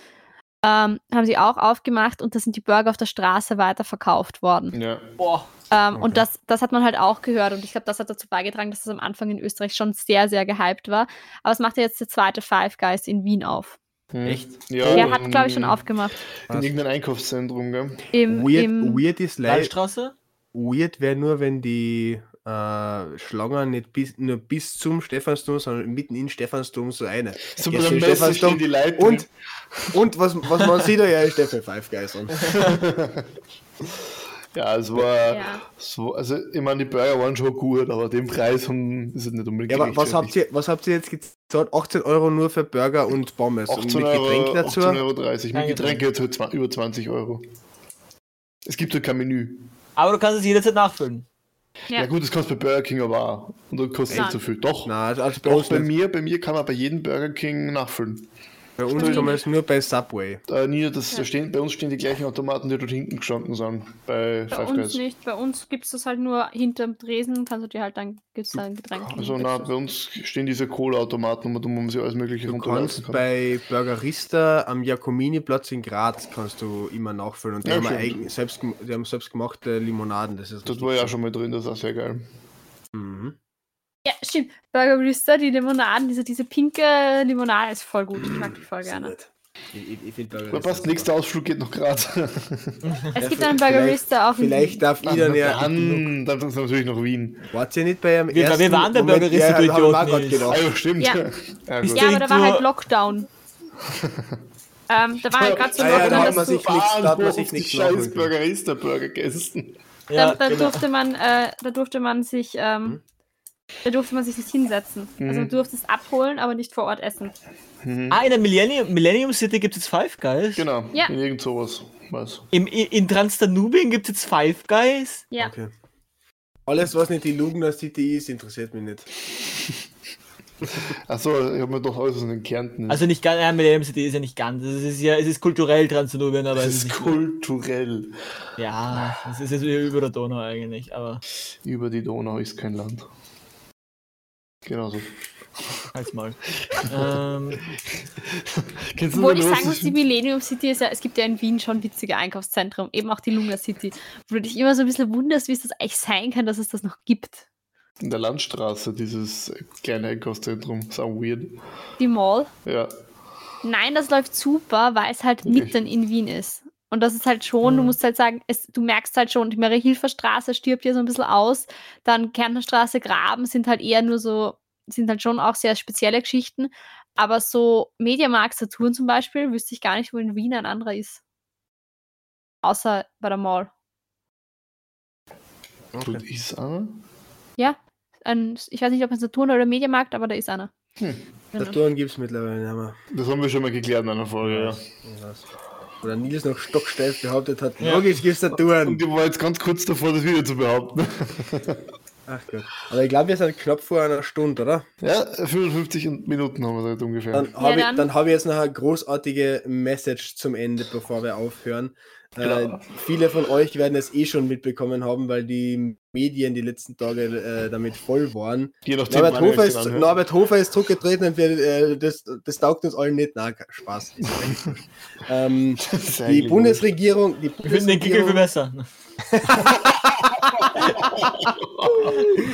S4: ähm, haben sie auch aufgemacht und da sind die Burger auf der Straße weiterverkauft worden.
S5: Ja.
S3: Boah,
S4: Ähm, Und das, das hat man halt auch gehört und ich glaube, das hat dazu beigetragen, dass es am Anfang in Österreich schon sehr, sehr gehypt war. Aber es macht ja jetzt der zweite Five Guys in Wien auf.
S5: Echt? Hm. Ja,
S4: Der hat, glaube ich,
S5: in-
S4: schon aufgemacht.
S5: In irgendeinem Einkaufszentrum, gell?
S4: Im, im,
S2: weird ist
S3: Landstraße?
S2: Weird wäre nur, wenn die äh, Schlangen nicht bis, nur bis zum Stephansdom, sondern mitten in Stephansdom so eine.
S5: So
S2: Jetzt
S5: bei der
S2: im
S5: Messe stehen die Leute.
S2: und, und was, was man sieht, ja, ist der für Five Guys an.
S5: Ja, es war.
S4: Ja.
S5: So, also, ich meine, die Burger waren schon gut, aber den Preis haben, ist es nicht unbedingt.
S2: Ja, aber was habt,
S5: gerechtfertigt.
S2: ihr, was habt ihr jetzt gezahlt? 18 Euro nur für Burger und Pommes. und
S5: 18
S2: mit
S5: Euro,
S2: Getränk
S5: 18,30
S2: dazu?
S5: Euro. Mit
S3: Nein,
S5: Getränke jetzt halt zwa- über 20 Euro. Es gibt halt kein Menü.
S3: Aber du kannst es jederzeit nachfüllen.
S5: Ja,
S4: Ja.
S5: gut, das kannst du bei Burger King aber auch. Und dann kostet es nicht so viel. Doch.
S2: Nein, also, also bei,
S5: Doch,
S2: uns
S5: bei
S2: nicht.
S5: mir, bei mir kann man bei jedem Burger King nachfüllen.
S2: bei uns kann man es nur bei Subway.
S5: Äh, Nina, das, da stehen, bei uns stehen die gleichen Automaten, die dort hinten gestanden sind. Bei,
S4: Bei
S5: Five
S4: uns
S5: Guys.
S4: nicht, bei uns gibt es das halt nur hinterm Dresen, kannst du dir halt dann, gibt's dann Getränke.
S5: Also na, bei uns stehen diese Cola-Automaten, wo man sich alles mögliche
S2: Du
S5: runterlassen
S2: kannst
S5: kann.
S2: bei Burgerista am Jakominiplatz in Graz kannst du immer nachfüllen und die
S5: Ja,
S2: haben,
S5: stimmt.
S2: eigen, selbst, gem- die haben selbst gemachte Limonaden. Das ist
S5: Das war ja schon mal drin, das ist auch sehr geil.
S2: Mhm.
S4: Ja, stimmt. Burger Barista, die Limonaden, diese, diese pinke Limonade ist voll gut. Ich mag die voll
S2: Weiß ich
S4: gerne.
S2: nicht. Ich, ich, ich finde Burger
S5: Da passt, nächster Ausflug geht noch gerade.
S4: Es gibt einen Burger Barista auch in
S2: Vielleicht
S4: Wien.
S2: darf ich dann ja.
S5: Dann, dann ist natürlich noch Wien.
S2: Wart ihr nicht bei einem
S3: Wir-
S2: ersten
S3: wir waren der
S2: Moment-
S3: Burgerist,
S2: Ja,
S3: du
S2: hab ich mir auch
S3: Idioten,
S2: grad
S5: Ah,
S2: gedacht.
S5: ja, stimmt.
S4: Ja.
S5: Ja, gut.
S3: Bist
S4: Ja, aber da war
S3: Irgendwo-
S4: halt Lockdown. ähm, da war halt gerade so
S2: Ah ja,
S4: Lockdown.
S2: da hat
S4: dass
S2: man
S4: du-
S2: sich nichts, da hat man sich
S5: Auf die
S2: nichts
S5: scheiß
S2: nachholen können.
S5: Burgerista Burger gegessen.
S4: da,
S3: Ja,
S4: da,
S3: genau.
S4: durfte man, äh, da durfte man sich,
S2: Hm?
S4: ähm, da durfte man sich nicht hinsetzen.
S2: Mhm.
S4: Also du durftest abholen, aber nicht vor Ort essen.
S3: Ah, in der Millennium, Millennium City gibt es jetzt Five Guys.
S5: Genau,
S4: Ja.
S5: in irgend sowas. Was?
S3: Im, in, in Transdanubien gibt es jetzt Five Guys.
S4: Ja.
S2: Okay. Alles, was nicht die Lugner City ist, interessiert mich nicht.
S5: Achso, ich habe mir doch alles aus den Kärnten.
S3: Also nicht ganz, ja, Millennium City ist ja nicht ganz. Es ist ja, es ist kulturell Transdanubien, aber
S5: das
S3: es
S5: ist
S3: ist nicht,
S5: kulturell.
S3: ja, es ist jetzt über der Donau eigentlich, aber
S5: Über die Donau ist kein Land. Genau so.
S3: halt's mal. ähm,
S5: Kennst
S4: Obwohl ich
S5: den
S4: sagen muss, die
S5: russischen-
S4: Millennium City ist ja, es gibt ja in Wien schon witzige Einkaufszentren, eben auch die Luna City. Wo du dich immer so ein bisschen wunderst, wie es das eigentlich sein kann, dass es das noch gibt.
S5: in der Landstraße, dieses kleine Einkaufszentrum. So weird.
S4: Die Mall.
S5: Ja.
S4: Nein, das läuft super, weil es halt mitten in Wien ist. Und das ist halt schon, du musst halt sagen, es, du merkst halt schon, die Marie-Hilfer Straße stirbt hier so ein bisschen aus. Dann Kärntnerstraße, Graben sind halt eher nur so, sind halt schon auch sehr spezielle Geschichten. Aber so Mediamarkt Saturn zum Beispiel, wüsste ich gar nicht, wo in Wien ein anderer ist. Außer bei der Mall.
S5: Okay. Und ist einer?
S4: Ja, ein, ich weiß nicht, ob ein Saturn oder Mediamarkt, aber da ist einer. Genau.
S2: Saturn gibt es mittlerweile nicht mehr.
S5: Das haben wir schon mal geklärt in einer Folge, ja.
S2: Ich weiß. Oder Nils noch stocksteif behauptet hat, logisch gibt es Saturn.
S5: Und ich war jetzt ganz kurz davor, das wieder zu behaupten.
S2: Ach Gott. Aber ich glaube, wir sind knapp vor einer Stunde, oder?
S5: Ja, 55 Minuten haben wir seit ungefähr.
S2: Dann habe
S4: dann.
S2: ich, dann hab ich jetzt noch eine großartige Message zum Ende, bevor wir aufhören. Äh,
S5: Genau.
S2: viele von euch werden es eh schon mitbekommen haben, weil die Medien die letzten Tage äh, damit voll waren.
S5: Je nachdem,
S2: Norbert
S5: wann ihr euch
S2: Hofer,
S5: den
S2: ist,
S5: anhört.
S2: Norbert Hofer ist zurückgetreten und wir, äh, das, das taugt uns allen nicht. Na, Spaß. Ist eigentlich wurscht. ähm,
S5: Das ist
S2: die
S5: eigentlich
S2: Bundesregierung, die
S3: wir finden den Kickel viel
S2: Bundesregierung,
S3: besser.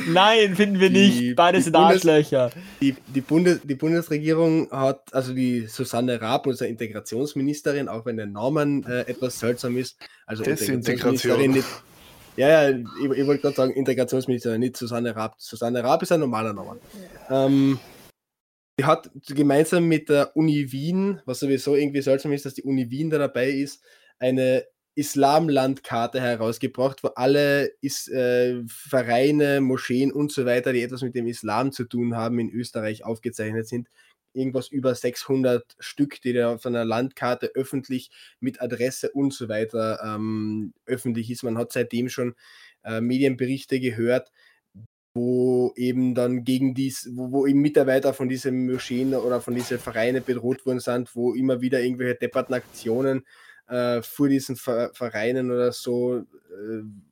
S3: Nein, finden wir
S2: Die-
S3: nicht. Beide
S2: die
S3: sind
S2: Bundes-
S3: Arschlöcher.
S2: die, die, Bundes, die Bundesregierung hat, also die Susanne Raab, unsere Integrationsministerin, auch wenn der Name äh, etwas seltsam ist, also
S5: Desintegration.
S2: Integrationsministerin nicht. Ja, ja, ich, ich wollte gerade sagen, Integrationsministerin, nicht Susanne Raab. Susanne Raab ist ein normaler Name. Ähm, die hat gemeinsam mit der Uni Wien, was sowieso irgendwie seltsam ist, dass die Uni Wien da dabei ist, eine Islamlandkarte herausgebracht, wo alle Is äh, Vereine, Moscheen und so weiter, die etwas mit dem Islam zu tun haben, in Österreich aufgezeichnet sind. Irgendwas über 600 Stück, die da auf einer Landkarte öffentlich mit Adresse und so weiter ähm, öffentlich ist. Man hat seitdem schon äh, Medienberichte gehört, wo eben dann gegen dies, wo, wo eben Mitarbeiter von diesen Moscheen oder von diesen Vereinen bedroht worden sind, wo immer wieder irgendwelche depperten Aktionen äh, vor diesen Ver Vereinen oder so äh,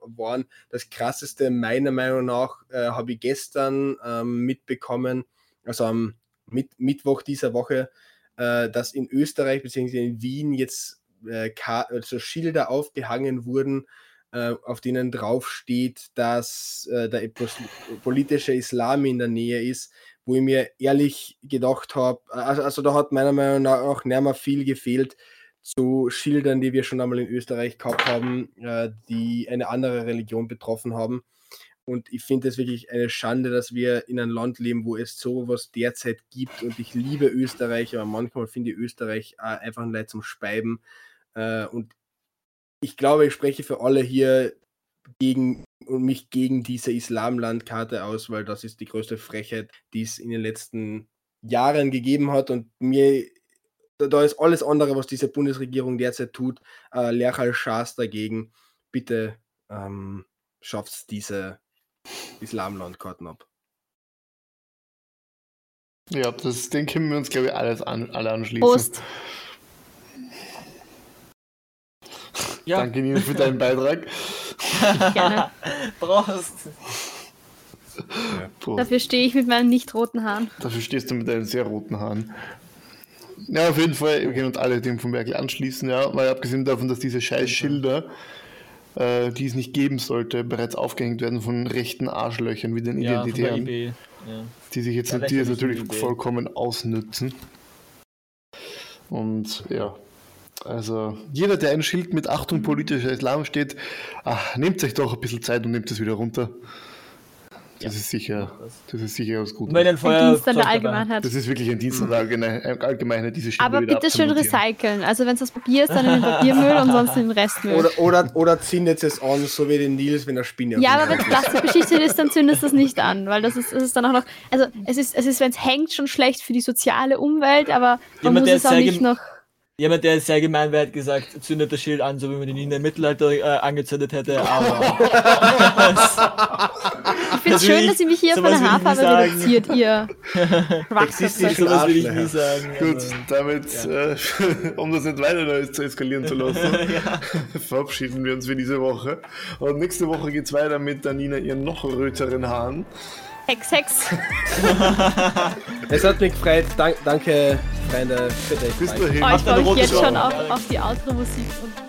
S2: waren. Das krasseste meiner Meinung nach äh, habe ich gestern ähm, mitbekommen, also am Mit Mittwoch dieser Woche, äh, dass in Österreich bzw. in Wien jetzt äh, Ka- also Schilder aufgehangen wurden, äh, auf denen drauf steht, dass äh, der epos- politische Islam in der Nähe ist, wo ich mir ehrlich gedacht habe, also, also da hat meiner Meinung nach auch nicht mehr viel gefehlt, zu Schildern, die wir schon einmal in Österreich gehabt haben, äh, die eine andere Religion betroffen haben. Und ich finde es wirklich eine Schande, dass wir in einem Land leben, wo es sowas derzeit gibt. Und ich liebe Österreich, aber manchmal finde ich Österreich äh, einfach ein Leid zum Speiben. Äh, und ich glaube, ich spreche für alle hier gegen und mich gegen diese Islamlandkarte aus, weil das ist die größte Frechheit, die es in den letzten Jahren gegeben hat. Und mir da- da ist alles andere, was diese Bundesregierung derzeit tut, äh, Lerchal Schaas dagegen. Bitte ähm, schafft diese Islamlandkarten ab.
S5: Ja, das, den können wir uns, glaube ich, alles an, alle anschließen.
S4: Prost.
S3: Ja.
S5: Danke, Nina, für deinen Beitrag.
S4: Gerne.
S3: Prost.
S5: Prost.
S4: Dafür stehe ich mit meinen nicht roten Haaren.
S5: Dafür stehst du mit deinen sehr roten Haaren. Ja, auf jeden Fall, wir können uns alle dem von Merkel anschließen, ja, weil abgesehen davon, dass diese scheiß Schilder äh, die es nicht geben sollte, bereits aufgehängt werden von rechten Arschlöchern wie den
S3: Ja, von der E
S5: Identitären,
S3: IB. Ja.
S5: die sich jetzt
S3: Ja,
S5: die es
S3: lächerliche
S5: natürlich
S3: Idee.
S5: vollkommen ausnützen. Und ja, also jeder, der ein Schild mit Achtung politischer Islam steht, ach, nehmt euch doch ein bisschen Zeit und nehmt es wieder runter. Das ist sicher,
S3: das.
S5: das ist sicher was Gutes.
S3: Und wenn ein
S4: Ein
S3: Feuer
S4: Dienst an der Allgemeinheit.
S5: Das ist wirklich ein Dienst an der Allgemeine- Allgemeinheit, diese Schilder
S4: Aber
S5: wieder
S4: bitte schön
S5: abzumontieren.
S4: recyceln. Also wenn es aus Papier ist, dann in den Papiermüll und sonst in den Restmüll.
S2: Oder, oder, oder zündet es an, so wie den Nils, wenn er Spinne
S4: ja,
S2: auf
S4: aber wenn es plastikbeschichtet ist, dann zündest du es nicht an, weil das ist, das ist dann auch noch. Also es ist, es ist, wenn es hängt, schon schlecht für die soziale Umwelt, aber man
S3: Jemand,
S4: muss
S3: der
S4: es auch
S3: sehr
S4: nicht
S3: gem-
S4: noch.
S3: Jemand, der sehr gemein hat gesagt, zündet das Schild an, so wie man ihn in der Mittelalter äh, angezündet hätte. Aber
S4: Ich finde
S3: das will
S4: es schön,
S3: ich-
S4: dass ihr mich hier von
S3: sowas
S4: der
S3: will ich nie
S4: Haarfarbe
S3: sagen.
S4: reduziert, ihr. Wachsköpfe.
S2: Sexistisch.
S3: sowas will ich nie
S2: Arschlöcher.
S3: sagen.
S5: Gut,
S3: Also,
S5: damit, äh, um das nicht weiter neu zu eskalieren zu lassen, verabschieden wir uns für diese Woche. Und nächste Woche geht's weiter mit Danina ihren noch röteren Haaren.
S4: Hex, Hex.
S2: Es hat mich gefreut. Dank, danke, Freunde, für dich.
S5: Bis dahin.
S4: Oh, ich
S3: Macht eine
S4: freue mich
S3: rote
S4: jetzt
S3: Show.
S4: schon auf, auf die Outro-Musik und